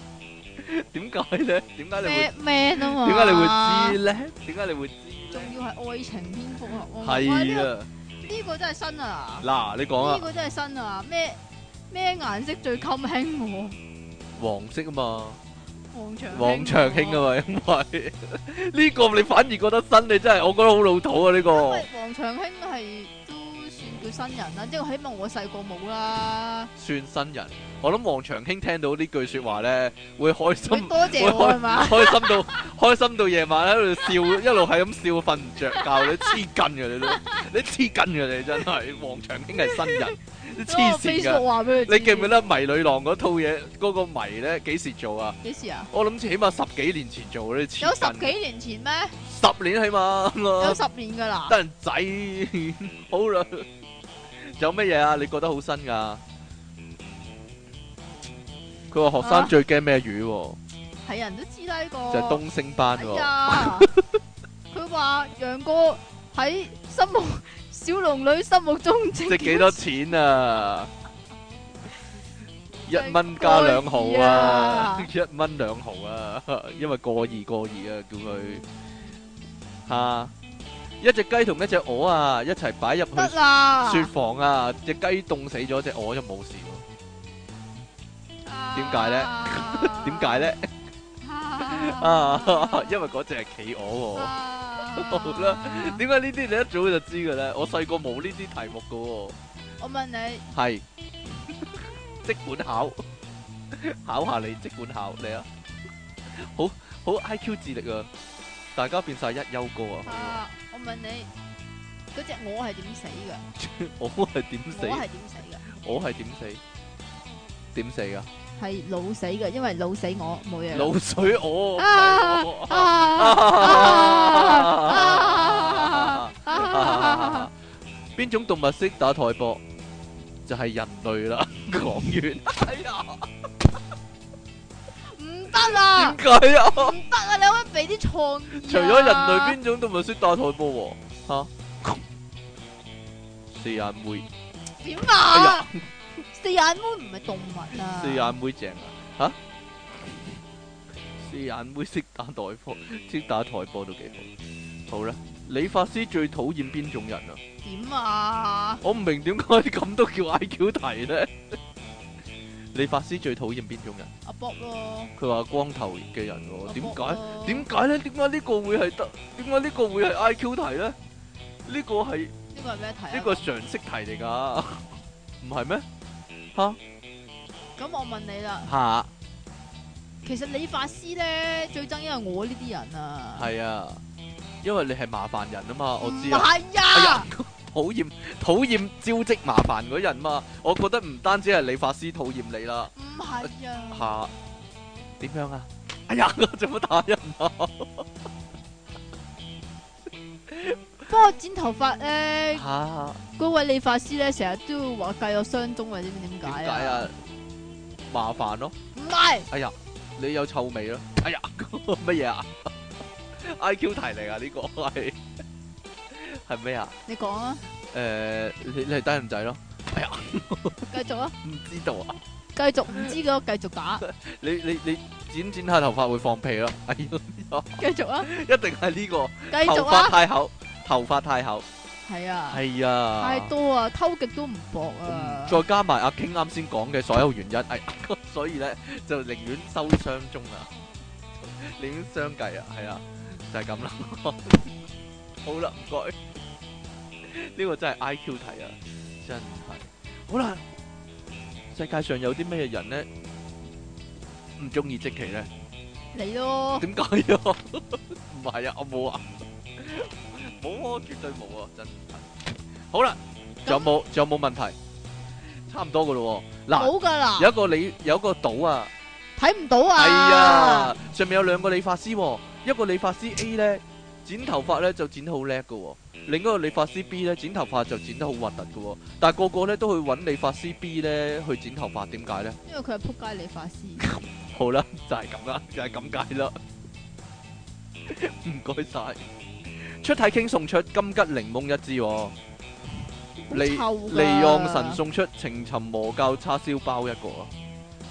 點解咧？點解你會？
咩 man 啊嘛，
點解你
à.
會知咧？點解你會知咧？
仲要係愛情蝙蝠俠啊嘛，喂呢
係
個
啊，
呢個真係新啊，
嗱，你講
呢
啊，
個真係新啊，咩咩顏色最襟興
黃色啊嘛，
我？黃長
黃長興
啊，
啊嘛，因為呢個你反而覺得新，你真係我覺得好老土啊呢
因
個
為。黃長興係都算叫新人啦，即係我希望我細個冇啦，
算新人，我諗黃長興聽到呢句說話咧，會開心
佢。多謝我係嘛？
開心到開心到夜晚喺度笑，一路係咁笑，瞓唔着覺。你黐筋嘅你都，你黐筋嘅你真係。黃長興係新人，你
因為 <laughs>
黐線
我 Ờ, 哦 Facebook
㗎。
話俾佢知，
你記唔記得迷女郎嗰套嘢嗰個迷咧幾時做啊？
幾時啊？
我諗起碼十幾年前做你黐筋
有十幾年前咩？
十年起
有
碼，啊
十年㗎啦
得，人仔好啦。仲有乜嘢啊？你覺得好新㗎？佢話學生
啊
最驚咩魚喎？
係人都知啦呢個。
就係東星斑 <laughs>
哎
喎。
呀，佢話楊過喺心目 <laughs> 小龍女心目中值
值幾多錢啊？一蚊加兩毫
過二
啊
啊！
<laughs> 一蚊兩毫啊！ <laughs> 因為過二過二啊，叫佢吓、一隻雞同一隻鵝啊，一齊擺入去
得啦？
雪房啊！只雞凍死咗，只鵝就冇事喎。點解咧
啊
<laughs> 點解？咧？啊， <laughs> 因為嗰只係企鵝喎。好啦
啦
點解呢啲你一早就知嘅咧？我細個冇呢啲題目嘅喎、
我問你，
<laughs> 系，即管考，考下你，即管考你啊！好好 I Q 智力啊！大家變晒一休哥啊！
啊， <laughs> 我問你，嗰只鵝係點死嘅？
我係點死
鵝？係點死嘅？
我係點死？點死啊？
係老死嘅，因為老死我冇嘢啦。
滷水我
啊啊啊啊！
邊種動物識打台波？就係人類 <laughs> 啦！講完，哎呀，
唔得啦，
點解啊？
唔得啊！你可唔可以俾啲創意啊
除咗人類，邊種動物識打台波喎？吓，四眼妹，
点
哎
啊
呀？
四眼妹唔係動物啊！
四眼妹正啊！吓，四眼妹識打台波，識打台波都幾好。好啦，理髮師最討厭邊種人啊？
點啊？
我唔明點解咁都叫 I Q 題咧？理髮師最討厭邊種人？
阿 Bob 咯，
佢話光頭嘅人喎，
阿
點
Bob
解？
咯
點解咧？點解呢個會係得？點解呢個會係 I Q 題咧？呢個係。
呢個係咩題啊？
呢個常識題嚟㗎， <laughs> 唔係咩？
咁我問你啦，
吓，
其實理髮師咧最憎因為我呢啲人啊，
係啊，因為你係麻煩人啊嘛，我知
唔
啊。
係
哎呀
啊，，
討厭討厭招積麻煩嗰人嘛，我覺得唔單止係理髮師討厭你啦，
唔係啊，
吓點樣啊？哎呀， <laughs> 我做乜打人啊？
不過剪頭髮咧，
吓
嗰位理髮師咧成日都要話計我雙鐘，或者唔知點
點
解
解
啊？
啊？麻煩咯，
唔係，
你有臭味咯。哎呀， <laughs> 乜嘢啊？I Q 題嚟啊？呢個係係咩啊？
你講啊，
誒，你你係低人仔咯？
繼續啊，
唔知道啊？
繼續唔知嘅繼續打，
你你你剪剪下頭髮會放屁咯？ <laughs> 哎呀，
繼續啊，
一定係呢個
繼
頭
續
髮
啊，
太厚，頭髮太厚。
係啊，
係啊，
太多啊，偷極都唔薄啊
嗯，再加埋阿 King 啱先講嘅所有原因，哎， <laughs> 所以咧就寧願收雙中啊， <laughs> 寧願相計啊，係啊，就係咁啦。 <laughs> 好啦，唔該，呢個真係 I Q 題啊，真係。好啦，世界上有啲咩人咧唔中意即期咧？
你咯，
點解啊？唔係啊，我冇啊，冇啊，我絕對冇啊，真係。好啦，仲有冇仲有冇問題？差唔多噶咯喎。嗱，
冇噶啦，
有一個理有一個島啊，
睇唔到
係
啊
啊，，上面有兩個理髮師喎，一個理髮師 A 咧剪頭髮咧就剪得好叻噶喎，另一個理髮師 B 咧剪頭髮就剪得好核突噶喎，但係個個咧都去揾理髮師 B 咧去剪頭髮，點解咧？
因為佢係仆街理髮師。
好啦，就係咁啦，就係咁解啦。 <laughs> 唔該晒，出體傾送出金吉檸檬一支喎，利
好臭㗎
利昂神送出情尋磨教叉燒包一個啊。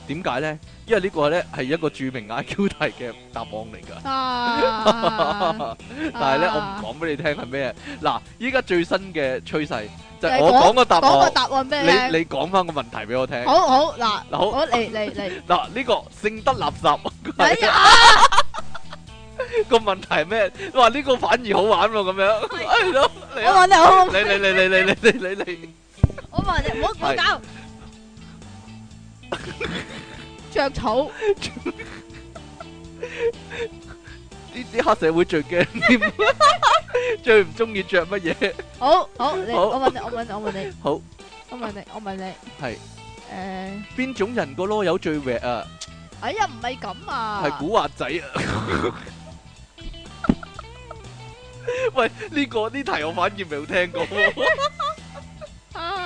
點解呢？因為呢個呢係一個著名 IQ 題嘅答案嚟㗎。
À. 啊！
<laughs> 但係呢，
啊
我唔講俾你聽係咩。嗱，依家最新嘅趨勢就係
就係
我
講
講個答
講個
案，
答案
你
俾你
你講翻個問題俾我聽
聽。。好好嗱，
嗱好
好嚟嚟嚟，
嗱，呢個聖德垃圾。
哎呀，
個問題係咩？哇！呢個反而好玩喎，咁樣係咯，嚟
我
啊！
問你好，
你你你你你你你你你
我問你，唔好唔好搞。着草
呢啲黑社會最驚 <laughs> 啲，最唔中意着乜嘢？
好好，你
好
我問你，我問你，我問你，
好，
我問你，我問你，
係
誒，
邊種人個囉柚最搲啊？
哎呀，唔係咁啊，
係古惑仔啊！喂，呢個呢題我反而未有聽
<laughs>
過喎
啊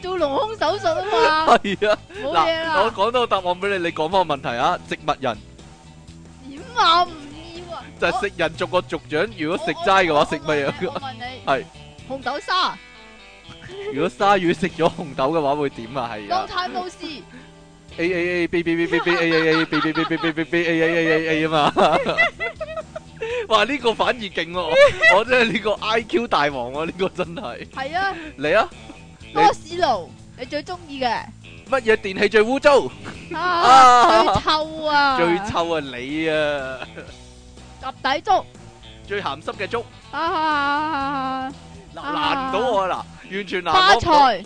做隆胸手术啊嘛，
係啊，
冇嘢
嗱，我
啦。
講到答案俾你，你講翻個問題啊，植物人
点啊？唔要啊！
就係食人逐個族長，如果食齋嘅話食乜
我
嘢？
问你，
係
红豆沙、
如果鯊魚食咗紅豆嘅話會點啊？係
當
啊
泰姆士、雞
，A A A B B B B B A A A B B B B B B B A A A A A 啊 <laughs> 嘛，哇呢個反而勁喎，我真係呢個 I Q 大王喎，呢個真係
係啊，
你啊！
多士爐，你最中意嘅
乜嘢電器最污糟？
啊，最臭啊，
最臭啊你啊！
鸭底粥
最鹹濕嘅粥，
啊，
嗱
啊
難唔到我啦，完全難
花
我唔到。
菜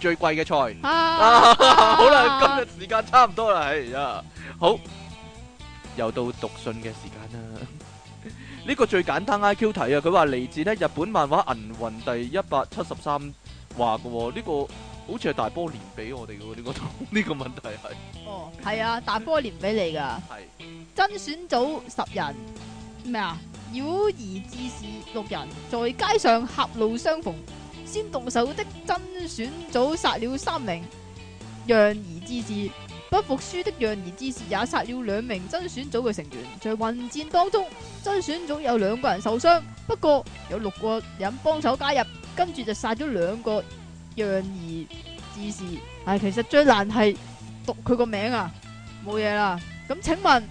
最貴嘅菜。
啊
啊，， <laughs> 好啦，今日時間差唔多啦，哎呀，好，又到讀信嘅時間啦。 <laughs> 呢個最簡單 I Q 題啊，佢話嚟自咧日本漫畫《銀魂》第一百七十三話嘅喎，呢個好似係大波連俾我哋嘅喎，呢個 <laughs> 呢個問題係
哦，係啊，大波連俾你㗎。
係。
甄選組十人，咩啊？妖兒志士六人，在街上狹路相逢，先動手的甄選組殺了三名讓兒志士，不服輸的讓兒志士也殺了兩名甄選組嘅成員。在混戰當中，甄選組有兩個人受傷，不過有六個人幫手加入，跟住就殺咗兩個讓兒志士。唉、其實最難係讀佢個名啊！冇嘢啦。咁請問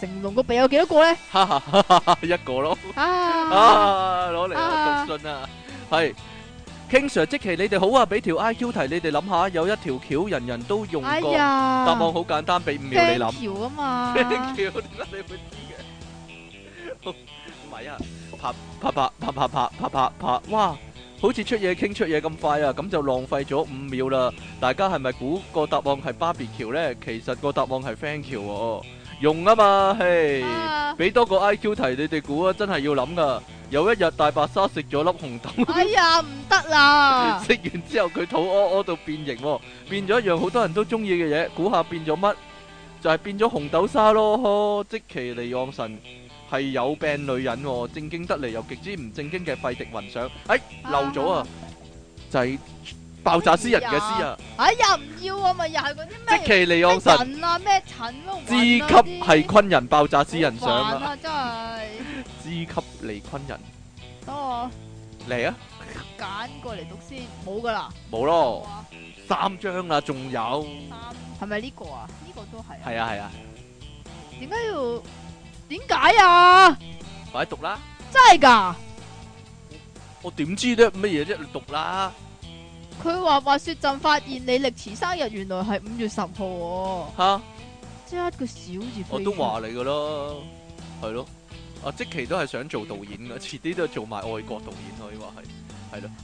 成龍個鼻有幾多個咧？
哈哈哈哈哈一個咯。
啊，
啊，攞嚟
啊。
啊，讀信啊，係。King Sir，即其你哋好啊，俾條 IQ 題你哋諗下，有一條橋人人都用
哎
過，答
呀，
案好簡單，俾五秒你諗。，
橋啊嘛
<laughs> 橋點解你會知 <laughs> 嘅？唔係啊，拍拍拍拍拍拍拍拍拍，哇！好似出嘢傾出嘢咁快啊，咁就浪費咗五秒啦。大家係咪估個答案係巴別橋呢？其實個答案係 friend 橋喎，用啊嘛，嘿。
啊
俾多個 IQ 題你哋估啊，真係要諗噶。有一日大白鯊食咗粒紅豆，
哎呀，唔得啦，
食完之後佢肚屙屙到變形、喎，變咗一樣好多人都中意嘅嘢，估下變咗乜？就係、變咗紅豆沙咯，呵即其尼昂神係有病女人、喎，正經得嚟又極之唔正經嘅費迪雲上，哎漏咗啊，就係爆炸詩人嘅詩啊，
哎呀，唔要啊嘛，又係嗰啲
即
咩
其尼
咩
昂神。
人啊，咩陳咯，
知級哎係昆人爆炸詩人上
上
啊！
啊，真係
知級嚟昆人
等我
嚟啊，
揀過嚟讀先，冇噶啦，
冇咯。
哇
三張啦，仲有，
三係咪呢個啊？呢個都係啊，
係啊係啊，
點解要點解啊？
快啲讀啦！
真係㗎！
我點知啫？乜嘢啫？你讀啦，
佢話話雪朕發現你歷時生日原來係五月十號喎，
吓，
即係一個小字
我都話你噶咯，係咯，阿即期都係想做導演噶，遲啲都做埋外國導演可以話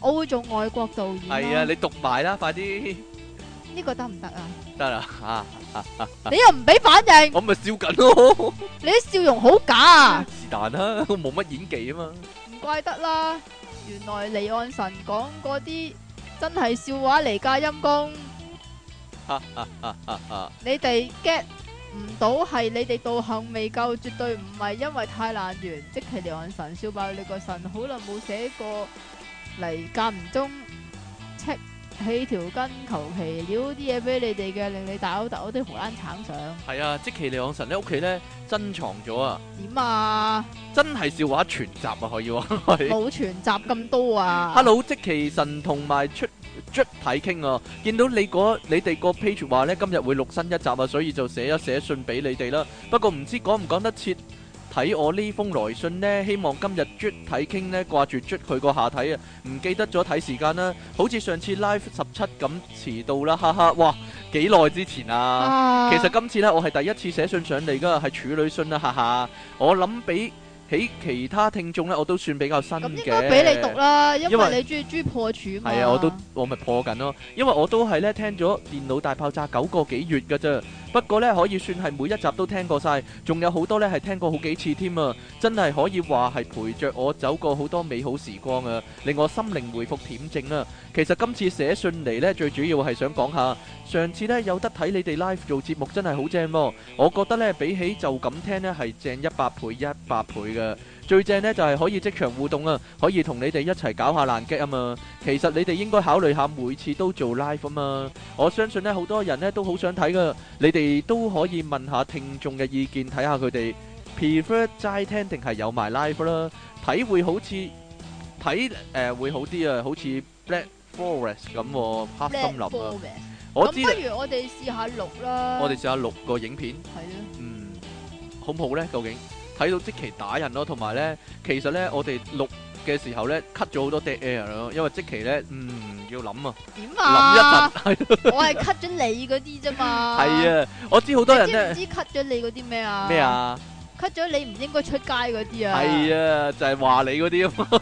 我會做外國導演。
係。係啊，，你讀埋啦，快啲
呢個得唔得啊？
得啦吓，
你又唔俾反應，
我咪笑緊咯，
你啲笑容好假啊！
是但啦，我冇乜演技啊嘛，
唔怪得啦，原來離岸神講嗰啲真係笑話嚟㗎，陰公。你哋 get 唔到係你哋道行未夠，絕對唔係因為太難完。即其離岸神笑爆你個神，好耐冇寫過嚟，間唔中戚起條筋，求其撩啲嘢俾你哋嘅，令你大口大口啲荷蘭橙上
係啊，即期李昂臣咧屋企咧珍藏咗啊，
點啊？
真係笑話全集啊，可以話係。
冇全集咁多啊！
Hello，即其神同埋出出體傾啊！見到你嗰你哋個 page 話呢，今日會錄新一集啊，所以就寫一寫信俾你哋啦。不過唔知講唔講得切睇我呢封來信呢？希望今日出體傾呢，掛住出佢個下體啊，唔記得咗睇時間啦，好似上次 live 十七咁遲到啦，哈哈！哇，幾耐之前啊？
啊，
其實今次呢，我係第一次寫信上嚟噶，係處女信啊啦，哈哈！我諗比起其他聽眾呢，我都算比較新嘅。
咁應該俾你讀啦，因
因為
為你中意中意破處嘛。
係啊，我都我咪破緊咯，因為我都係咧聽咗電腦大爆炸九個幾月嘅啫。不過咧可以算係每一集都聽過晒，仲有好多咧係聽過好幾次添啊！真係可以話係陪着我走過好多美好時光啊，令我心靈回復恬靜啊！其實今次寫信嚟咧，最主要係想講下上次咧有得睇你哋 live 做節目真係好正喎、我覺得咧比起就咁聽咧係正一百倍一百倍嘅。最正呢就係可以即場互動啊，可以同你哋一齊搞下爛擊啊嘛。其實你哋應該考慮下每次都做 live 啊嘛。我相信呢好多人呢都好想睇噶，你哋都可以問下聽眾嘅意見，睇下佢哋 prefer 齋聽定係有埋 live 啦。睇會好似睇誒會好啲啊，好似 Black Forest 咁喎，黑森林啊。
Black Forest
我
咁
知
不如我哋試下錄啦。
我哋試下錄個影片。
係啊咯，
嗯，好唔好咧？究竟睇到即期打人咯，同埋咧，其實咧我哋錄嘅時候咧 cut 咗好多 dead air 咯，因為即期咧，嗯，要諗啊，
點
諗
啊？
一陣，係
我係 cut 咗你嗰啲啫嘛。
係啊，我知好多人
你知唔
咧
知 cut 咗你嗰啲咩啊？
咩？啊，
？cut 咗你唔應該出街嗰啲啊。
係啊，就係話你嗰
<laughs>
啲啊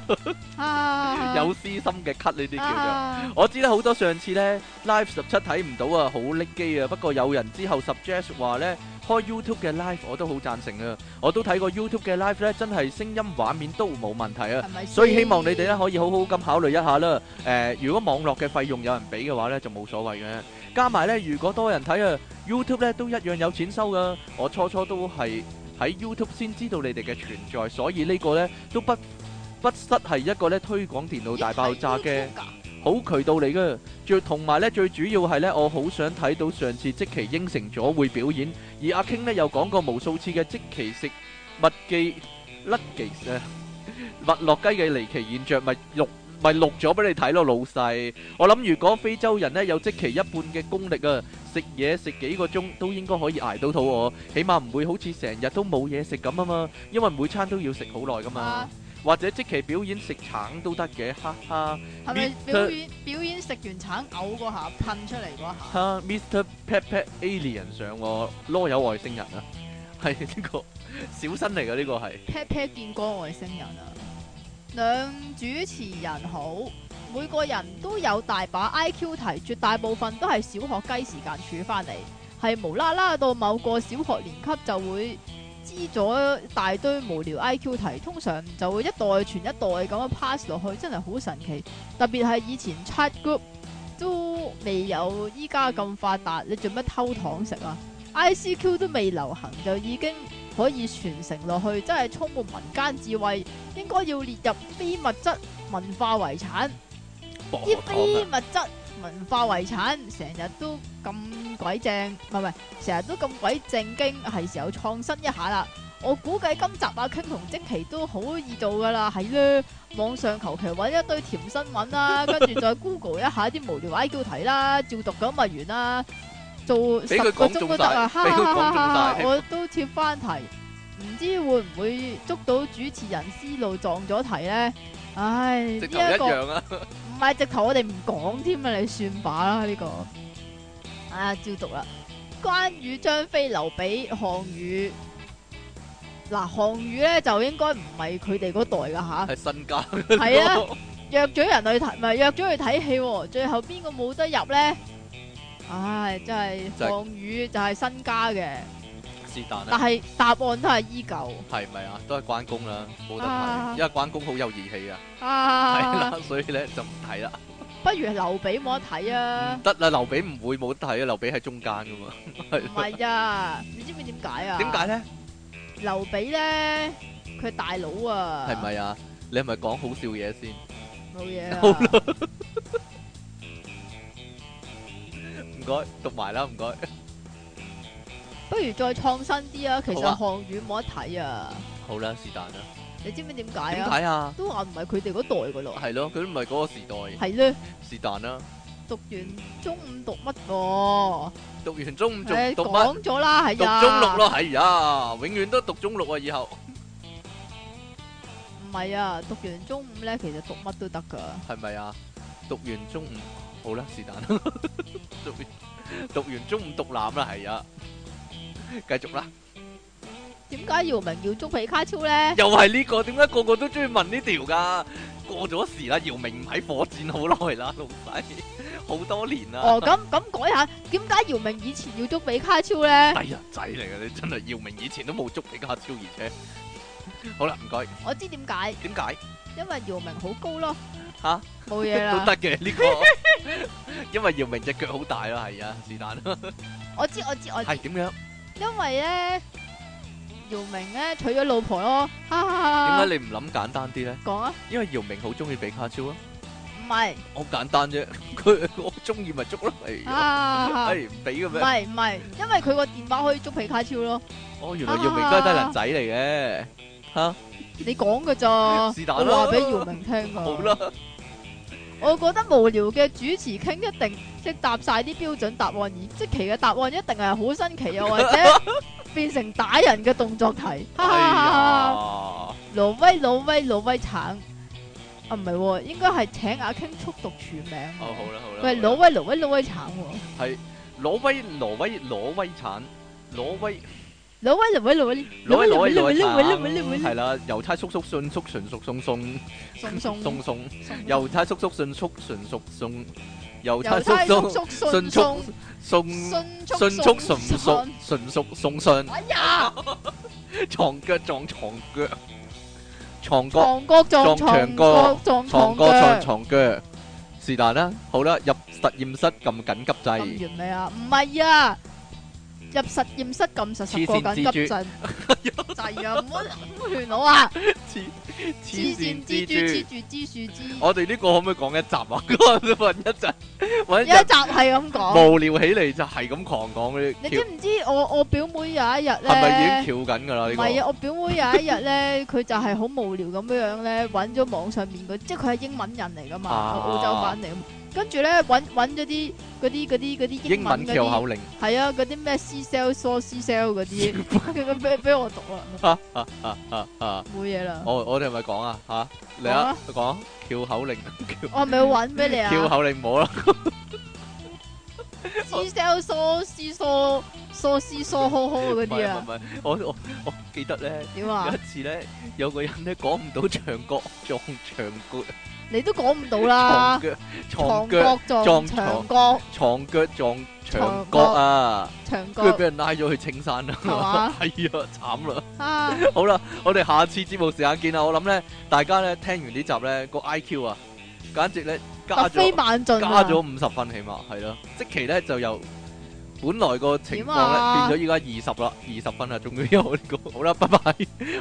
嘛
啊，
有私心嘅 cut 呢啲叫做。
啊
我知咧好多上次咧 live 十七睇唔到啊，好匿機啊。不過有人之後 suggest 話咧開 YouTube 嘅 live 我都好贊成啊，我都睇過 YouTube 嘅 live 咧，真係聲音畫面都冇問題啊。
係咪先？
所以希望你哋咧可以好好咁考慮一下啦。誒、如果網絡嘅費用有人俾嘅話咧，就冇所謂嘅。加埋咧，如果多人睇啊，YouTube 咧都一樣有錢收噶。我初初都係喺 YouTube 先知道你哋嘅存在，所以呢個咧都不不失係一個咧推廣電腦大爆炸嘅。
咦係 YouTube 㗎
好渠道嚟嘅，最同埋咧最主要係咧，我好想睇到上次即期應承咗會表演，而阿 King 咧又講過無數次嘅即期食呃麥記甩記誒麥樂雞嘅離奇現象，咪肉咪錄咗俾你睇咯，老細。我諗如果非洲人呢有即其一半嘅功力啊，食嘢食幾個鐘都應該可以捱到肚餓，起碼唔會好似成日都冇嘢食咁啊嘛，因為每餐都要食好耐噶嘛
啊。
或者即其表演食橙都得嘅，哈哈。
系咪
Mr.
表演表演食完橙嘔嗰下噴出嚟嗰下？
哈，Mr. Pat Pat Alien 上喎，啰柚外星人啊， <laughs> 係呢個小新嚟嘅呢個係。
pat pat 見過外星人啊！兩主持人好，每個人都有大把 IQ 題，絕大部分都係小學雞時間儲翻嚟，係無啦啦到某個小學年級就會知咗大堆無聊 IQ 題，通常就會一代傳一代咁樣 pass 落去，真係好神奇。特別係以前 chat group 都未有依家咁發達，你做乜偷糖食啊？ICQ 都未流行就已經。可以傳承落去，真係充滿民間智慧，應該要列入非物質文化遺產。
薄
啲
糖
非
啊
物質文化遺產成日都咁鬼正，唔係唔係，成日都咁鬼正經，係時候創新一下啦。我估計今集阿 King 同積奇都好易做噶啦，係咧網上求其揾一堆甜新
<laughs>
聞啦，跟住再 Google 一下啲無聊 IQ 題啦，照讀咁咪完啦，做
俾
十
佢
個
講
鐘
中
都得
晒
啊！哈
俾佢
哈
講
哈
中
哈
晒！
我都貼翻題，唔知會唔會捉到主持人思路撞咗題呢？唉，呢
直頭一
一個。
樣啊。
唔係直頭我哋唔講添啊！你算把啦呢、個。啊，照讀啦。關羽張飛留俾項羽，嗱項羽咧就應該唔係佢哋嗰代噶吓，
係身 <laughs> 家。
係啊，約咗人去睇，唔係約咗去睇戲喎，最後邊個冇得入咧？唉，真係
就係
項羽就係身家嘅，
是但
但
啦，
係答案都係依舊
係咪啊？都係關公啦，冇得睇，
啊
因為關公好有義氣啊，係
啊，
啦，所以咧就唔睇啦，
不如留俾冇得睇啊
唔！得啦，劉備唔會冇得睇啊，劉備喺中間噶嘛，
唔係啊，你知唔知點解啊？
點解咧？
劉備咧，佢大佬啊，
係咪啊？你係咪講好笑嘢先？
冇嘢
好
啊？
唔該，讀埋啦，唔該。
不如再創新啲啊！其實
好啊
項羽冇得睇啊，
<laughs> 好啦，是但啦。
你知唔知點解
點
啊？
解啊？
都話唔係佢哋嗰代噶咯，
係咯，佢都唔係嗰個時代，
係咧，
是但啦。
讀完中午讀乜喎？
讀完中五仲
誒
讀乜？
講咗啦，
讀
係啊，
中六，咯，係啊，永遠都讀中六啊，以後
唔係啊，讀完中午咧，其實讀乜都得噶，
<laughs> 係咪啊？讀完中五，好啦，是但啦。 <laughs> 讀完讀完中五讀男啦，係啊，繼續啦。
點解姚明要捉皮卡超咧？
又係呢、個，點解個個都中意問呢條噶？過咗時啦，姚明唔喺火箭好耐啦，老細好多年啦。
哦，咁咁改下，點解姚明以前要捉皮卡超咧？
低人仔嚟嘅，你真係姚明以前都冇捉比卡超，而且好啦，唔該，
我知點解，
點解
因為姚明好高咯，
吓
冇
<laughs>
嘢啦
都。得嘅呢個？因為姚明只腳好大啦，係啊，
<laughs>
是但啦，
我知我知我
係
知，
點樣？
因為咧，姚明咧娶咗老婆咯，哈哈哈
點解你唔諗簡單啲咧？
講啊，
因為姚明好中意比卡超啊，
唔係
<laughs> 好簡單啫，佢我中意咪捉咯，係 <laughs> 啊，
啊，
係唔俾嘅
唔
咩？
係唔係，因為佢個電話可以捉皮卡超咯，
哦，原來姚明都係低人仔嚟嘅。
你講噶咋？
是但
我
啦
話俾姚明聽噶。
<laughs> 好啦，
我覺得無聊嘅主持傾一定即答晒啲標準答案，而即期嘅答案一定係好新奇，啊又或
<laughs>
者變成打人嘅動作題。哈哈哈哈
哎呀！
挪威挪威挪威橙啊，唔係喎，應該係請阿 King 速讀全名
哦，
喎。
好啦好啦。
喂，挪威挪威挪威橙喎，
系挪威挪威挪威產，挪威
挪威挪威挪
挪
威
威挪威挪威
挪威挪威挪
產，係
威
啦，郵差叔叔信叔純叔送送
送送
送送，
送
郵差叔叔信叔純叔送，郵
郵
差
差
叔
叔
叔
叔信送
送
信
信叔純
信
叔純叔送信，
哎呀，
床腳 <laughs> 撞床腳，床角
唐國
撞
撞
牆角
唐國
床
撞唐
角撞
腳，
床腳，是但啦，好啦，入實驗室撳緊急掣。
撳完未啊？唔係啊，入實驗室撳實十個
黐線
緊
<laughs> 蜘
急
蛛
掣，掣啊！唔好唔好亂我啊！
黐
黐
黐
線
線蜘蛛
蜘蛛、蜘。蛛、蜘蛛、蜘蛛，
我哋呢個可唔可以講一集啊？我都揾一陣，
<laughs>
揾
有
一
一集
陣
係咁講。
無聊起嚟就係咁狂講嗰
你
啲
知唔知我我表妹有一日
橋，係咪已
咧？
經翹緊㗎啦？
唔
呢
係
個
啊！我表妹有一日咧， <laughs> 佢就係好無聊咁樣樣咧，揾咗網上面嗰，即係佢係英文人嚟噶嘛，
啊
澳洲翻嚟咁，跟住咧揾揾咗啲嗰啲嗰啲嗰啲
英文
文嗰
翹
啲
口。
<laughs>
令， <laughs>
係啊，嗰啲咩 C cell、so C cell 嗰啲， <laughs> 佢佢俾俾我讀啊，
啊啊啊啊啊！
冇嘢啦。
我我哋係咪講啊嚇，你
講
啊
啊
講翹口令，翹
哦我係咪要揾俾你
<laughs>
啊
翹口令冇啦，
？C cell、so C so so C so 呵呵
唔
嗰啲
係唔係
啊
唔，係，我我我記得咧。
點
有 <laughs>
啊
一？次咧，有個人咧講唔到長角撞長腳，
你都講唔到
床
啦，
腳床
長
腳
角撞
撞
長啊角
床腳撞長角啊！
長
跟住俾
角
人拉咗去青山啦，
係
<laughs>
嘛
係啊，慘啦！
啊！
好啦，我哋下次節目時間見啦。我諗咧，大家咧聽完呢集咧個 I Q 啊，簡直咧加
突飛
咗
猛進啊
加！咗五十分起碼係咯，即期咧就由本來個情況
點啊
咧變咗依家二十啦，二十分啦，啊終於有呢個 <laughs> 好啦，拜拜！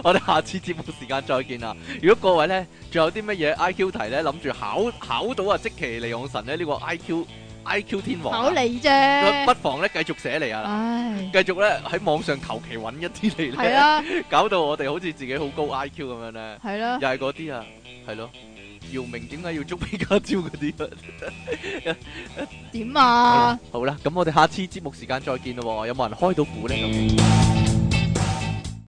我哋下次節目時間再見啦。如果各位咧仲有啲乜嘢 I Q 題咧，諗住考考到啊，即期利用神咧呢個 I Q I Q 天王
考
啊，
你啫，
不妨咧繼續寫嚟啊！
唉，
<laughs> 繼續咧喺網上求其揾一啲嚟
係啊
咧。
啦
<laughs> 搞到我哋好似自己好高 IQ 咁樣咧，
係啦
又，係嗰啲啊，係咯。姚明點解要捉比加招嗰啲
點
啊
啊？？
好啦，咁我哋下次節目時間再見咯喎，有冇人開到股咧咁？